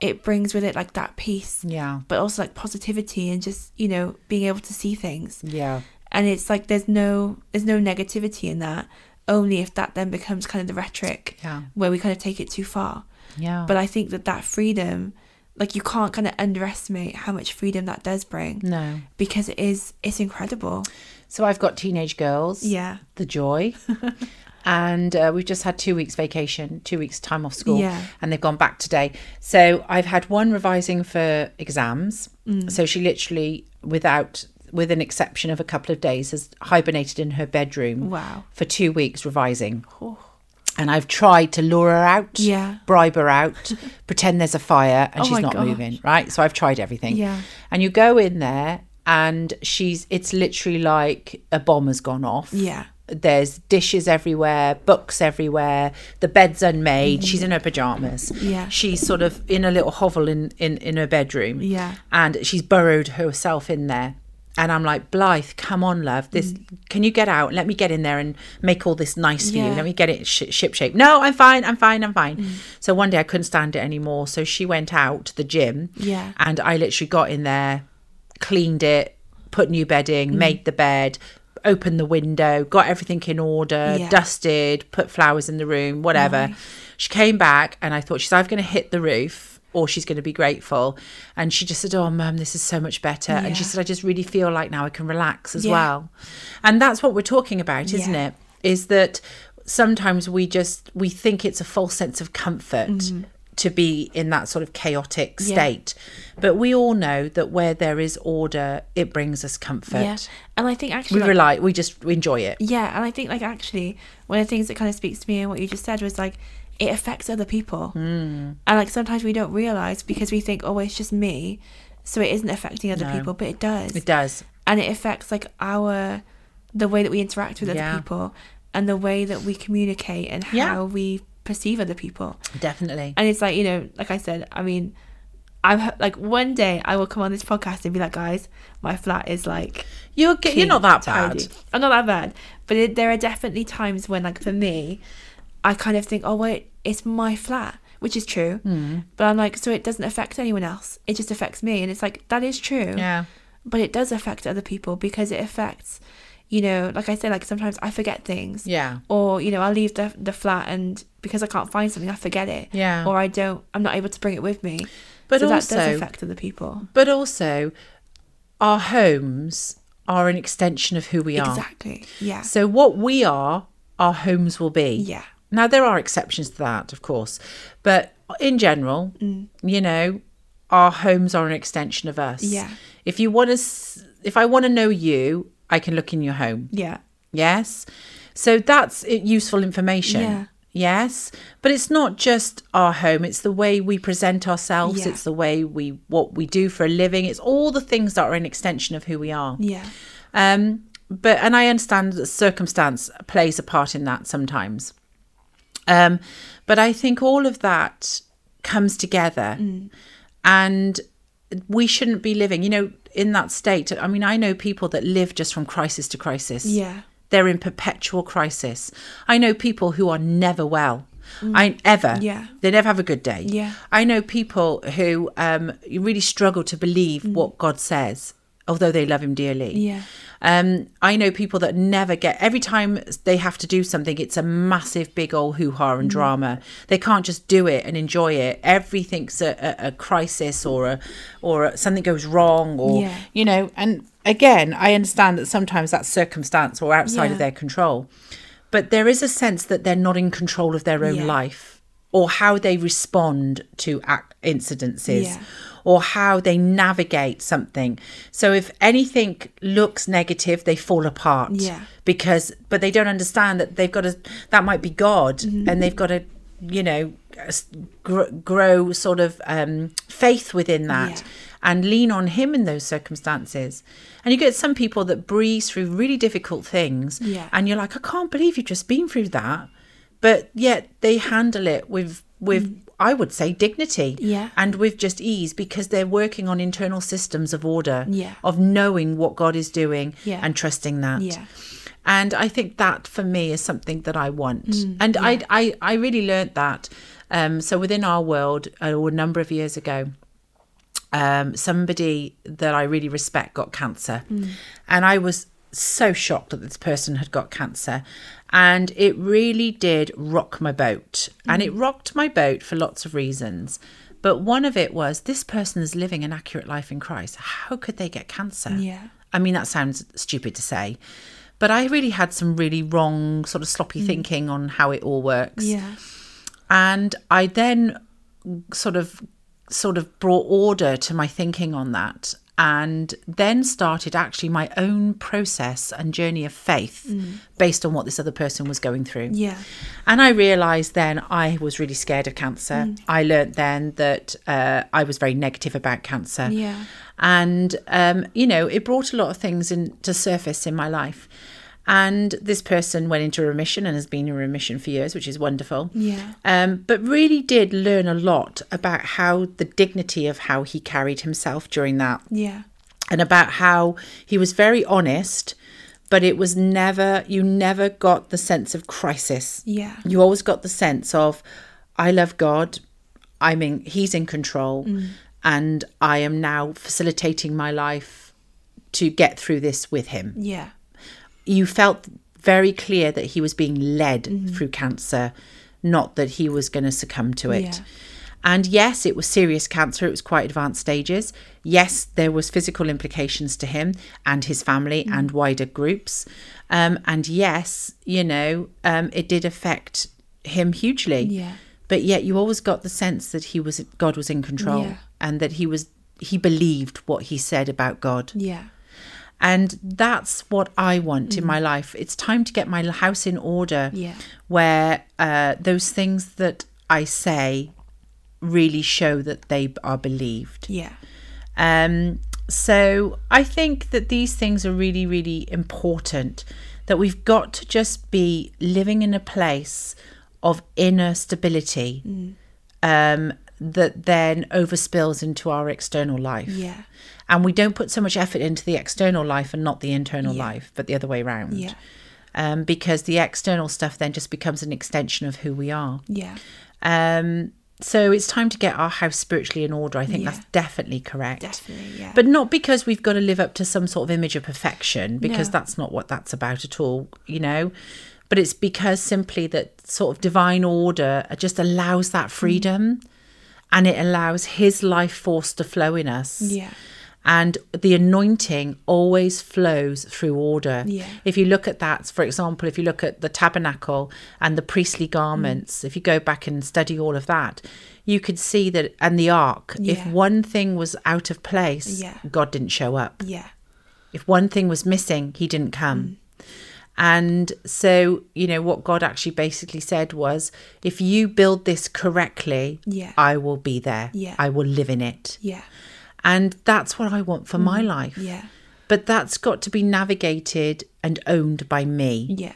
it brings with it like that peace
yeah.
but also like positivity and just you know being able to see things
Yeah.
and it's like there's no there's no negativity in that only if that then becomes kind of the rhetoric
Yeah.
where we kind of take it too far
Yeah.
but i think that that freedom like you can't kind of underestimate how much freedom that does bring
no.
because it is it's incredible
So I've got teenage girls.
yeah
the joy. and uh, we've just had two weeks vacation, two weeks time off school,
Yeah.
and they've gone back today. So I've had one revising for exams.
Mm.
So she literally, without with an exception of a couple of days, has hibernated in her bedroom
Wow.
for two weeks revising. And I've tried to lure her out,
Yeah.
bribe her out, pretend there's a fire, and
Oh
she's
my
not
gosh.
moving, right? So I've tried everything.
Yeah.
And you go in there, and she's, it's literally like a bomb has gone off
yeah
there's dishes everywhere, books everywhere, the bed's unmade, she's in her pajamas.
Yeah.
She's sort of in a little hovel in, in, in her bedroom.
Yeah.
And she's burrowed herself in there. And I'm like, Blythe, come on, love. This
Mm.
can you get out? Let me get in there and make all this nice for you.
Yeah. Mm.
Let me get it sh- ship shape. No, I'm fine. I'm fine. I'm fine. So one day I couldn't stand it anymore. So she went out to the gym.
Yeah.
And I literally got in there, cleaned it, put new bedding,
Mm.
made the bed, opened the window, got everything in order,
Yeah.
dusted, put flowers in the room, whatever. She came back and I thought she's either going to hit the roof or she's going to be grateful. And she just said, Oh, mum, this is so much better. And she
Yeah.
said, I just really feel like now I can relax as
Yeah.
well. And that's what we're talking about, isn't
Yeah.
it? Is that sometimes we just we think it's a false sense of comfort to be in that sort of chaotic
Mm-hmm. Yeah.
state. But we all know that where there is order, it brings us comfort.
Yeah, and I think
We
actually, like-
rely, we just we enjoy it.
yeah, and I think like actually, one of the things that kind of speaks to me and what you just said was like it affects other people,
Hmm.
mm. and like sometimes we don't realize because we think, oh, it's just me, so it isn't affecting other
No.
people, but it does,
It does.
and it affects like our the way that we interact with other
Yeah.
people and the way that we communicate and how
Yeah.
we perceive other people.
Definitely.
And it's like, you know, like I said, I mean, I'm ho- like one day I will come on this podcast and be like, guys, my flat is like
You're g- you're not that bad.
tidy. I'm not that bad, but it, there are definitely times when, like for me, I kind of think, oh wait, it's my flat, which is true.
Hmm.
But I'm like, so it doesn't affect anyone else. It just affects me, and it's like that is true.
Yeah.
But it does affect other people because it affects, you know, like I said, like sometimes I forget things.
Yeah.
Or you know, I leave the the flat, and because I can't find something, I forget it.
Yeah.
Or I don't. I'm not able to bring it with me.
But
so that
also-
does affect other people.
But also, our homes are an extension of who we are.
Exactly. Yeah.
So what we are, our homes will be.
Yeah.
Now there are exceptions to that, of course, but in general,
Mm.
you know, our homes are an extension of us.
Yeah.
If you want to, if I want to know you, I can look in your home.
yeah.
Yes. So that's i- useful information.
Yeah.
Yes. But it's not just our home, it's the way we present ourselves,
Yeah.
it's the way we what we do for a living, it's all the things that are an extension of who we are.
Yeah.
Um but and I understand that circumstance plays a part in that sometimes. Um but I think all of that comes together and we shouldn't be living, you know, in that state. I mean, I know people that live just from crisis to crisis.
Yeah.
They're in perpetual crisis. I know people who are never well. I ever.
Mm. Yeah.
They never have a good day.
Yeah.
I know people who um, really struggle to believe what God says, although they love Him dearly.
Mm. Yeah.
Um, I know people that never get every time they have to do something, it's a massive big old hoo ha
Mm.
and drama. They can't just do it and enjoy it. Everything's a, a, a crisis or a or a, something goes wrong or
Yeah.
you know, and again, I understand that sometimes that's circumstance or outside
Yeah.
of their control, but there is a sense that they're not in control of their own
Yeah.
life or how they respond to ac- incidences
Yeah.
or how they navigate something. So if anything looks negative, they fall apart
Yeah.
because, but they don't understand that they've got to, that might be God
Mm-hmm.
and they've got to, you know, s- gr- grow sort of um, faith within that
Yeah.
and lean on him in those circumstances. And you get some people that breeze through really difficult things,
Yeah.
and you're like, I can't believe you've just been through that, but yet they handle it with with I would say dignity,
Mm. Yeah.
and with just ease because they're working on internal systems of order,
Yeah.
of knowing what God is doing
Yeah.
and trusting that.
Yeah.
And I think that for me is something that I want.
Mm,
and I, I, I really learnt that. Um, so within our world, uh, a number of years ago, um, somebody that I really respect got cancer.
Mm.
And I was so shocked that this person had got cancer. And it really did rock my boat. And
Mm.
it rocked my boat for lots of reasons. But one of it was this person is living an accurate life in Christ. How could they get cancer?
Yeah.
I mean, that sounds stupid to say, but I really had some really wrong, sort of sloppy thinking on how it all works.
Mm. Yeah.
And I then sort of sort of brought order to my thinking on that and then started actually my own process and journey of faith based on what this other person was going through.
Mm. Yeah.
And I realised then I was really scared of cancer.
Mm.
I learnt then that uh, I was very negative about cancer.
Yeah.
And, um, you know, it brought a lot of things in, to surface in my life. And this person went into remission and has been in remission for years, which is wonderful.
Yeah.
Um, but really did learn a lot about how the dignity of how he carried himself during that
Yeah.
and about how he was very honest, but it was never, you never got the sense of crisis.
Yeah.
You always got the sense of, I love God, I'm in, He's in control, and I am now facilitating my life to get through this with Him.
Yeah.
You felt very clear that He was being led
Mm-hmm.
through cancer, not that He was going to succumb to it.
Yeah.
And yes, it was serious cancer. It was quite advanced stages. Yes, there was physical implications to him and his family
Mm.
and wider groups. Um, and yes, you know, um, it did affect him hugely.
Yeah.
But yet, you always got the sense that he was God was in control
Yeah.
and that he was he believed what he said about God.
Yeah.
And that's what I want in my life. It's time to get my house in order
Mm. Yeah.
where uh, those things that I say really show that they are believed.
Yeah.
Um, so I think that these things are really, really important. That we've got to just be living in a place of inner stability
Mm.
um, that then overspills into our external life.
Yeah.
And we don't put so much effort into the external life and not the internal life, but the other way around.
Yeah.
Um, because the external stuff then just becomes an extension of who we are.
Yeah.
Um, so it's time to get our house spiritually in order. I think
Yeah.
that's definitely correct.
Definitely. Yeah.
But not because we've got to live up to some sort of image of perfection, because
No.
that's not what that's about at all, you know. But it's because simply that sort of divine order just allows
Mm.
that freedom and it allows his life force to flow in us.
Yeah.
And the anointing always flows through order.
Yeah.
If you look at that, for example, if you look at the tabernacle and the priestly garments,
Mm.
if you go back and study all of that, you could see that, and the ark, if
Yeah.
one thing was out of place,
Yeah.
God didn't show up.
yeah.
If one thing was missing, he didn't
Mm.
come. And so, you know, what God actually basically said was if you build this correctly,
Yeah.
I will be there.
Yeah.
I will live in it.
Yeah.
And that's what I want for my life.
Yeah.
But that's got to be navigated and owned by me.
Yeah.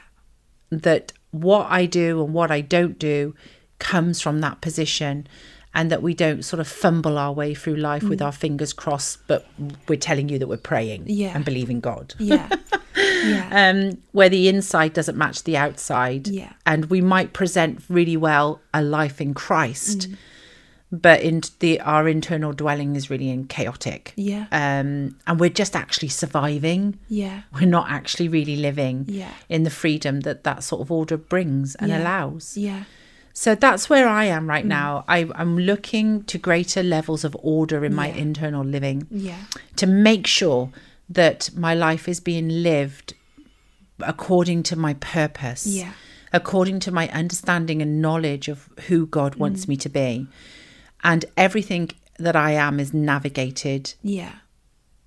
That what I do and what I don't do comes from that position, and that we don't sort of fumble our way through life with our fingers crossed, but we're telling you that we're praying
Yeah.
and believing God.
Yeah. Yeah.
Um, where the inside doesn't match the outside.
Yeah.
And we might present really well a life in
Mm.
Christ, but in the our internal dwelling is really in chaotic.
Yeah.
Um, and we're just actually surviving
Yeah.
we're not actually really living
Yeah.
in the freedom that that sort of order brings and
Yeah. Mm.
allows.
Yeah.
So that's where I am right now. I, I'm looking to greater levels of order in my
Yeah.
internal living
Yeah.
to make sure that my life is being lived according to my purpose,
Yeah.
according to my understanding and knowledge of who God wants
Mm.
me to be. And everything that I am is navigated
Yeah.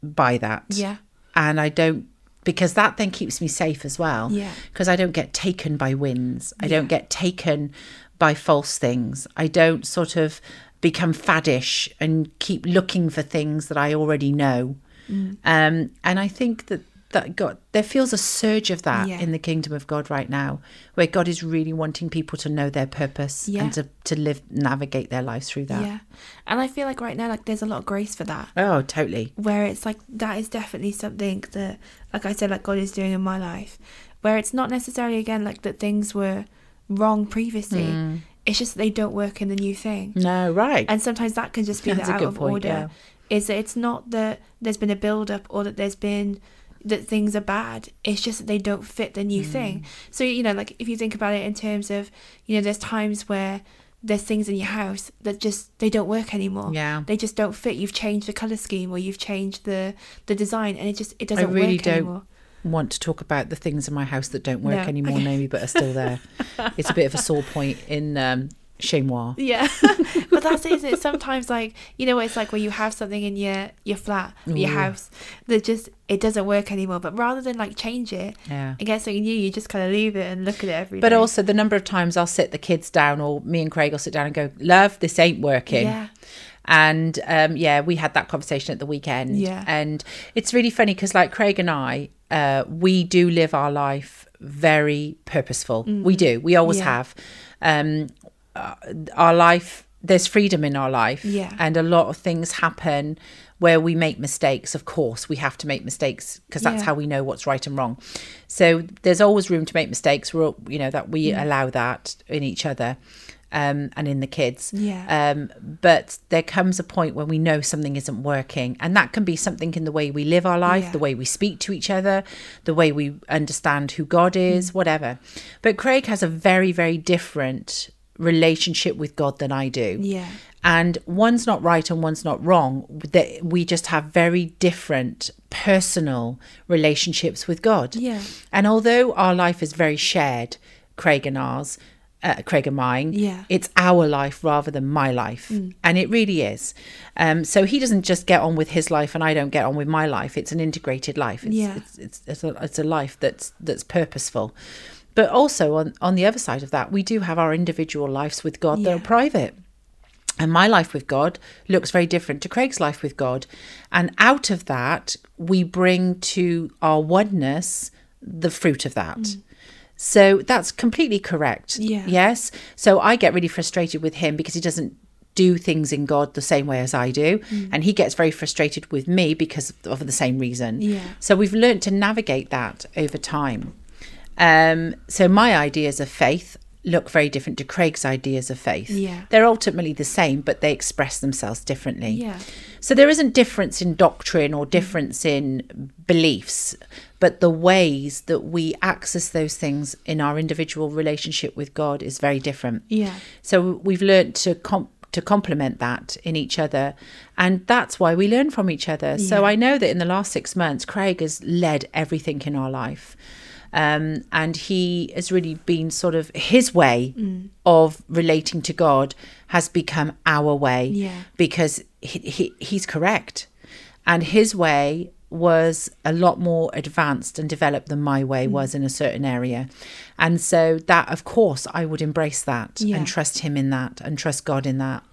by that.
Yeah.
And I don't, because that then keeps me safe as well.
Yeah.
Because I don't get taken by winds. I don't get taken by false things. I don't sort of become faddish and keep looking for things that I already know.
Mm.
Um, and I think that that God, there feels a surge of that
Yeah.
in the kingdom of God right now, where God is really wanting people to know their purpose
Yeah.
and to, to live, navigate their lives through that.
Yeah. And I feel like right now, like there's a lot of grace for that.
Oh, totally.
where it's like that is definitely something that like i said like god is doing in my life where it's not necessarily again like that things were wrong previously it's just that they don't work in the new thing
No, right.
and sometimes that can just be
That's
the
a
out
good
of
point,
order
yeah.
is that it's not that there's been a build up or that there's been that things are bad it's just that they don't fit the
Hmm.
new thing so you know like if you think about it in terms of you know there's times where there's things in your house that just they don't work anymore
Yeah.
they just don't fit you've changed the color scheme or you've changed the the design and it just it doesn't
really
work
don't
anymore
want to talk about the things in my house that don't work
No.
anymore,
Okay.
Naomi, but are still there. it's a bit of a sore point in um, Chez Moi.
Yeah, but that's it, isn't it? Sometimes, like you know, what it's like where you have something in your your flat, or your
Ooh.
house that just it doesn't work anymore. But rather than like change it
Yeah.
and get something new, you just kind of leave it and look at it every
But
day.
also the number of times I'll sit the kids down, or me and Craig will sit down and go, "Love, this ain't working."
Yeah.
And um, yeah, we had that conversation at the weekend.
Yeah.
And it's really funny because, like Craig and I, uh, we do live our life very purposeful. We do. We always
Mm. Yeah.
have. Um, uh, our life. There's freedom in our life.
Yeah.
And a lot of things happen where we make mistakes. Of course, we have to make mistakes because that's
Yeah.
how we know what's right and wrong. So there's always room to make mistakes. We're all, you know that we allow that in each other um, and in the kids.
Yeah.
Um, but there comes a point when we know something isn't working, and that can be something in the way we live our life,
Yeah.
the way we speak to each other, the way we understand who God is,
Mm.
whatever. But Craig has a very very different relationship with God than I do
Yeah.
and one's not right and one's not wrong that we just have very different personal relationships with god
Yeah.
and although our life is very shared craig and ours uh, craig and mine
Yeah. Mm.
it's our life rather than my life and it really is um, so he doesn't just get on with his life and i don't get on with my life it's an integrated life it's,
Yeah.
it's, it's, it's, a, it's a life that's that's purposeful but also on, on the other side of that we do have our individual lives with god that
Yeah.
are private and my life with God looks very different to Craig's life with God. And out of that, we bring to our oneness the fruit of that. So that's completely correct.
Mm. Yeah.
Yes. So I get really frustrated with him because he doesn't do things in God the same way as I do.
Mm.
And he gets very frustrated with me because of the same reason.
Yeah.
So we've learned to navigate that over time. Um, so my ideas of faith look very different to Craig's ideas of faith.
Yeah.
They're ultimately the same, but they express themselves differently.
Yeah. Mm.
So there isn't difference in doctrine or difference in beliefs, but the ways that we access those things in our individual relationship with God is very different.
Yeah.
So we've learnt to comp to complement that in each other and that's why we learn from each other so
Yeah.
i know that in the last six months craig has led everything in our life um, and he has really been sort of his way
Mm.
of relating to god has become our way
Yeah.
because he, he, he's correct and his way was a lot more advanced and developed than my way
Mm.
was in a certain area and so that of course i would embrace that
Yeah.
and trust him in that and trust god in that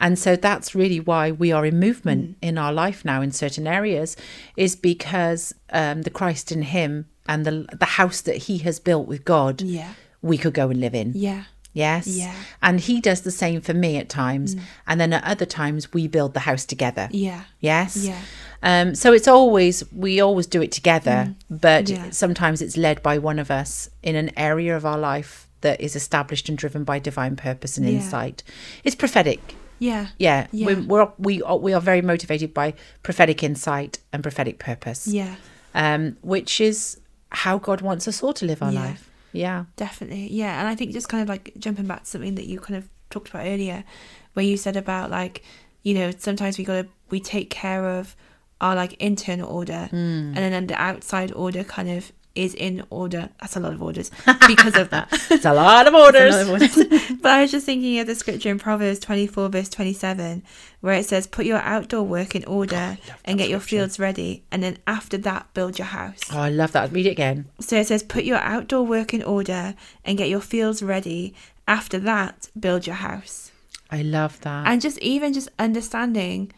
and so that's really why we are in
Mm.
movement in our life now in certain areas is because um, the christ in him and the the house that he has built with god
Yeah.
we could go and live in
Yeah.
Yes.
Yeah. Mm.
And he does the same for me at times. And then at other times, we build the house together.
Yeah.
Yes.
Yeah.
Um, so it's always, we always do it together, but
Mm. Yeah.
sometimes it's led by one of us in an area of our life that is established and driven by divine purpose and
Yeah.
insight. It's prophetic.
Yeah.
Yeah.
Yeah.
We're, we're, we, are, we are very motivated by prophetic insight and prophetic purpose,
Yeah.
um, which is how God wants us all to live our
Yeah.
life. Yeah.
Definitely. Yeah. And I think just kind of like jumping back to something that you kind of talked about earlier, where you said about like, you know, sometimes we gotta we take care of are like internal order,
Hmm.
and then under outside order kind of is in order. That's a lot of orders because of that.
It's a lot of orders.
but I was just thinking of the scripture in Proverbs 24, verse 27, where it says, Put your outdoor work in order and get your fields ready, and then after that, build your house.
Oh, I love that. Read it again.
So it says, Put your outdoor work in order and get your fields ready. After that, build your house.
I love that.
And just even just understanding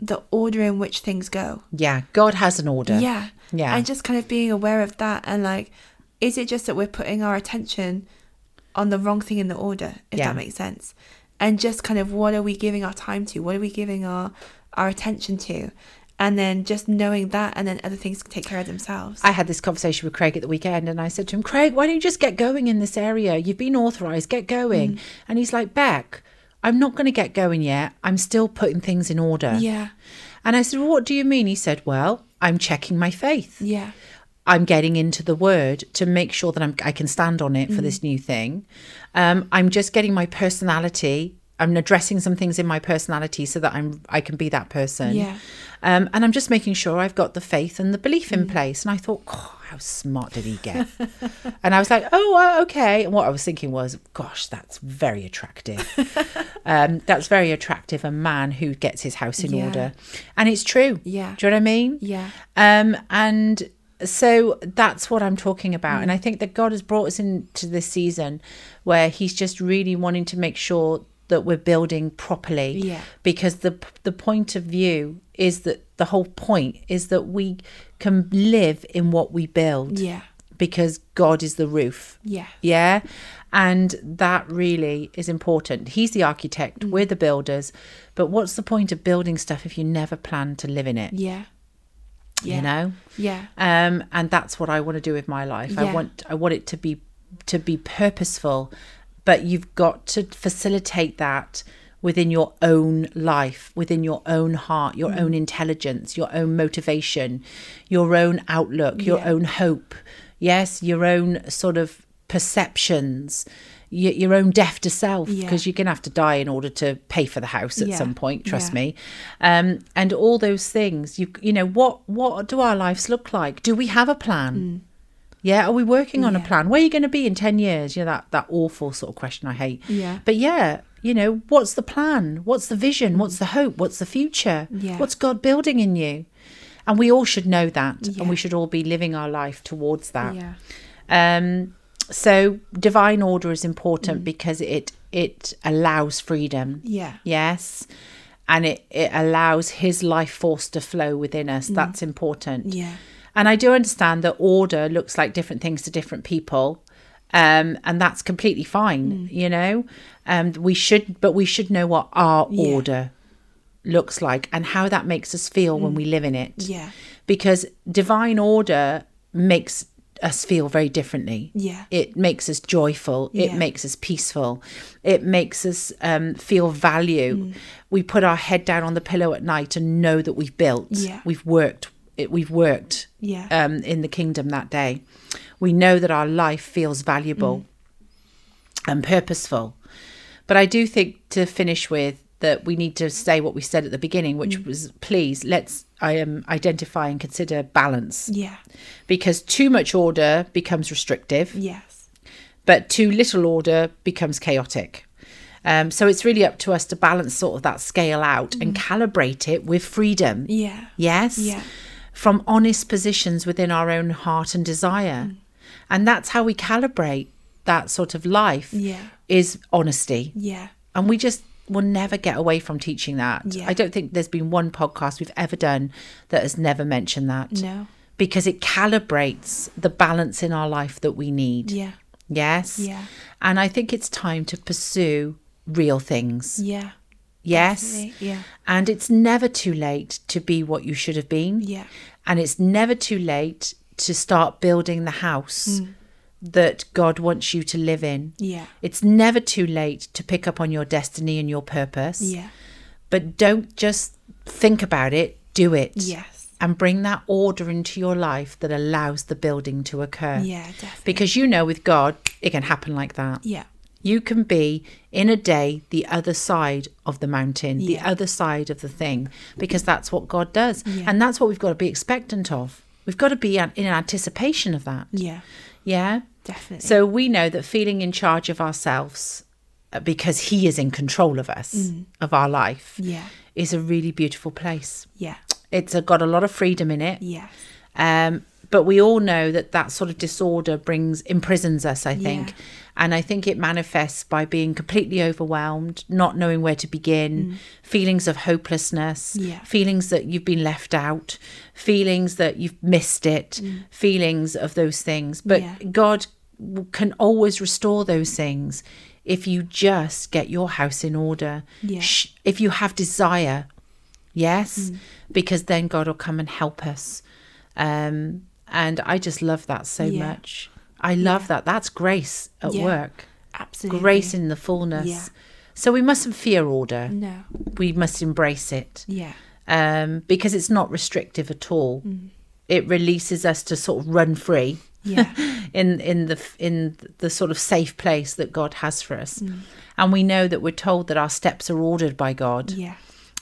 the order in which things go.
yeah, God has an order.
Yeah.
Yeah.
And just kind of being aware of that and like, is it just that we're putting our attention on the wrong thing in the order, if
Yeah.
that makes sense? And just kind of what are we giving our time to? What are we giving our our attention to? And then just knowing that and then other things can take care of themselves.
I had this conversation with Craig at the weekend and I said to him, Craig, why don't you just get going in this area? You've been authorized, get going.
Mm.
And he's like, Beck, I'm not going to get going yet. I'm still putting things in order.
yeah.
And I said, well, What do you mean? He said, Well, I'm checking my faith.
Yeah.
I'm getting into the word to make sure that I'm, I can stand on it for
Mm.
this new thing. Um, I'm just getting my personality. I'm addressing some things in my personality so that I'm I can be that person.
Yeah.
Um, and I'm just making sure I've got the faith and the belief
Mm.
in place. And I thought, "Oh, how smart did he get? and I was like, oh, uh, okay. And what I was thinking was, gosh, that's very attractive. um, that's very attractive. A man who gets his house in
Yeah.
order, and it's true.
Yeah.
Do you know what I mean?
Yeah.
Um, and so that's what I'm talking
Mm.
about. And I think that God has brought us into this season where He's just really wanting to make sure that we're building properly.
Yeah.
Because the the point of view is that the whole point is that we can live in what we build.
Yeah.
Because God is the roof.
Yeah.
Yeah. And that really is important. He's the architect,
Mm.
we're the builders. But what's the point of building stuff if you never plan to live in it?
Yeah. Yeah.
You know?
Yeah.
um, and that's what I want to do with my life. I
Yeah.
want I want it to be to be purposeful, but you've got to facilitate that within your own life, within your own heart, your
Mm.
own intelligence, your own motivation, your own outlook, your
Yeah.
own hope. Yes, your own sort of perceptions. y- Your own deaf to self,
Yeah.
because you're going to have to die in order to pay for the house at
Yeah.
some point. Trust
Yeah.
me me. um, and all those things you you know what what do our lives look like do we have a plan yeah are we working on a
Mm. Yeah.
plan where are you going to be in 10 years you know that that awful sort of question i hate
Yeah.
but yeah you know what's the plan what's the vision what's the hope what's the future
Mm. Yeah.
what's god building in you and we all should know that and
Yeah.
we should all be living our life towards that
Yeah.
um, so divine order is
Mm.
important because it it allows freedom.
Yeah.
Yes. And it, it allows his life force to flow within us. That's important.
Mm. Yeah.
And I do understand that order looks like different things to different people. Um, and that's completely
Mm.
fine, you know. Um, we should, but we should know what our
Yeah.
order looks like and how that makes us feel
Mm.
when we live in it.
Yeah.
Because divine order makes us feel very differently.
Yeah.
It makes us joyful. It
Yeah.
makes us peaceful. It makes us um, feel value.
Mm.
We put our head down on the pillow at night and know that we've built.
Yeah.
We've worked. It, we've worked
Yeah.
um, in the kingdom that day. We know that our life feels
Mm.
valuable and purposeful. But I do think to finish with that we need to say what we said at the beginning, which was please let's I am identify and consider balance
Yeah.
because too much order becomes restrictive
Mm. Yes.
but too little order becomes chaotic. Um, so it's really up to us to balance sort of that scale out and calibrate it with freedom.
Yeah.
Yes?
Yeah.
From honest positions within our own heart and
Mm.
desire. And that's how we calibrate that sort of life
Yeah.
is honesty.
Yeah.
And we just will never get away from teaching that.
Yeah.
I don't think there's been one podcast we've ever done that has never mentioned that.
No.
Because it calibrates the balance in our life that we need.
Yeah.
Yes.
Yeah.
And I think it's time to pursue real things.
Yeah.
Yes.
Definitely, yeah.
And it's never too late to be what you should have been.
Yeah.
And it's never too late to start building the house that God wants you to live in.
Mm. Yeah.
It's never too late to pick up on your destiny and your purpose.
Yeah.
But don't just think about it, do it.
Yes.
And bring that order into your life that allows the building to occur.
Yeah, definitely.
Because you know, with God, it can happen like that.
yeah.
You can be in a day the other side of the mountain, the
Yeah.
other side of the thing, because that's what God does.
Yeah.
And that's what we've got to be expectant of. We've got to be an- in anticipation of that.
Yeah,
Yeah.
definitely.
So we know that feeling in charge of ourselves uh, because He is in control of us, of our life,
Mm. Yeah.
is a really beautiful place.
yeah,
It's uh got a lot of freedom in it.
yes,
Um, but we all know that that sort of disorder brings imprisons us. I think,
Yeah.
and I think it manifests by being completely overwhelmed, not knowing where to begin, feelings of hopelessness,
Mm. Yeah.
feelings that you've been left out, feelings that you've missed it, feelings of those things. But
Mm. Yeah.
God w- can always restore those things if you just get your house in order.
Yeah.
Sh- If you have desire, yes,
Mm.
because then God will come and help us. Um, and I just love that so
Yeah.
much. I love that. That's grace at
Yeah.
work,
absolutely.
grace in the fullness.
Yeah.
So we mustn't fear order.
No.
We must embrace it
Yeah. Mm.
um, because it's not restrictive at all. It releases us to sort of run free
Yeah.
in in the in the sort of safe place that God has for us.
Mm.
And we know that we're told that our steps are ordered by God.
yeah.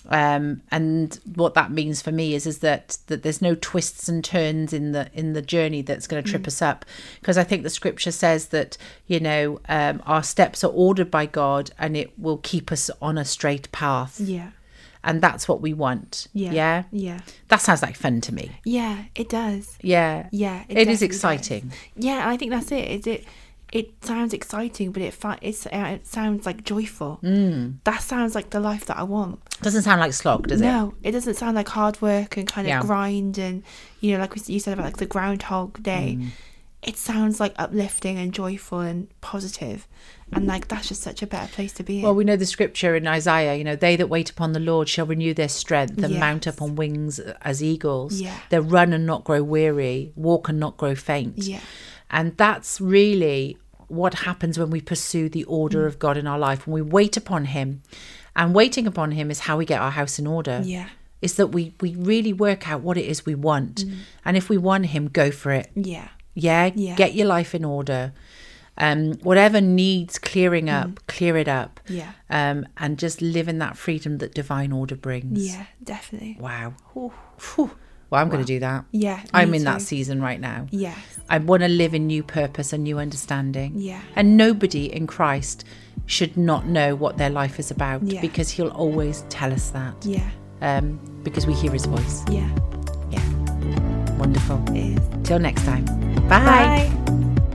Um, and what that means for me is is that that there's no twists and turns in the in the journey that's going to
Mm.
trip us up because I think the scripture says that you know um, our steps are ordered by God and it will keep us on a straight path
Yeah.
and that's what we want.
Mm. Yeah.
yeah,
Yeah.
that sounds like fun to me.
Yeah. It does.
Yeah,
Yeah.
it is
definitely does.
exciting.
Yeah, and I think that's it. Is it? It sounds exciting, but it fi- it's, uh, it sounds like joyful. Mm. That sounds like the life that I want.
Doesn't sound like slog, does it?
no, it? doesn't sound like hard work and kind of
Yeah.
grind and you know, like we s- you said about like the Groundhog Day.
Mm.
It sounds like uplifting and joyful and positive, and like that's just such a better place to be in.
Well, we know the scripture in Isaiah, you know, they that wait upon the Lord shall renew their strength and mount
Yes.
up on wings as eagles.
Yeah.
They'll run and not grow weary, walk and not grow faint.
Yeah.
And that's really what happens when we pursue the order
Mm.
of God in our life, when we wait upon Him. And waiting upon Him is how we get our house in order.
Yeah.
Is that we, we really work out what it is we want.
Mm.
And if we want Him, go for it.
yeah,
Yeah,
Yeah.
get your life in order. Um, whatever needs clearing up, clear it up.
Mm-hmm. Yeah.
Um, and just live in that freedom that divine order brings.
yeah, definitely.
Wow. Phew. Well, I'm going to do that.
Yeah,
I'm
me
in that
too.
season right now.
Yeah,
I want to live in new purpose and new understanding.
Yeah.
And nobody in Christ should not know what their life is about
Yeah.
because He'll always tell us that
yeah,
um, because we hear His voice.
yeah.
Wonderful.
It is.
Till next time. Bye.
Bye.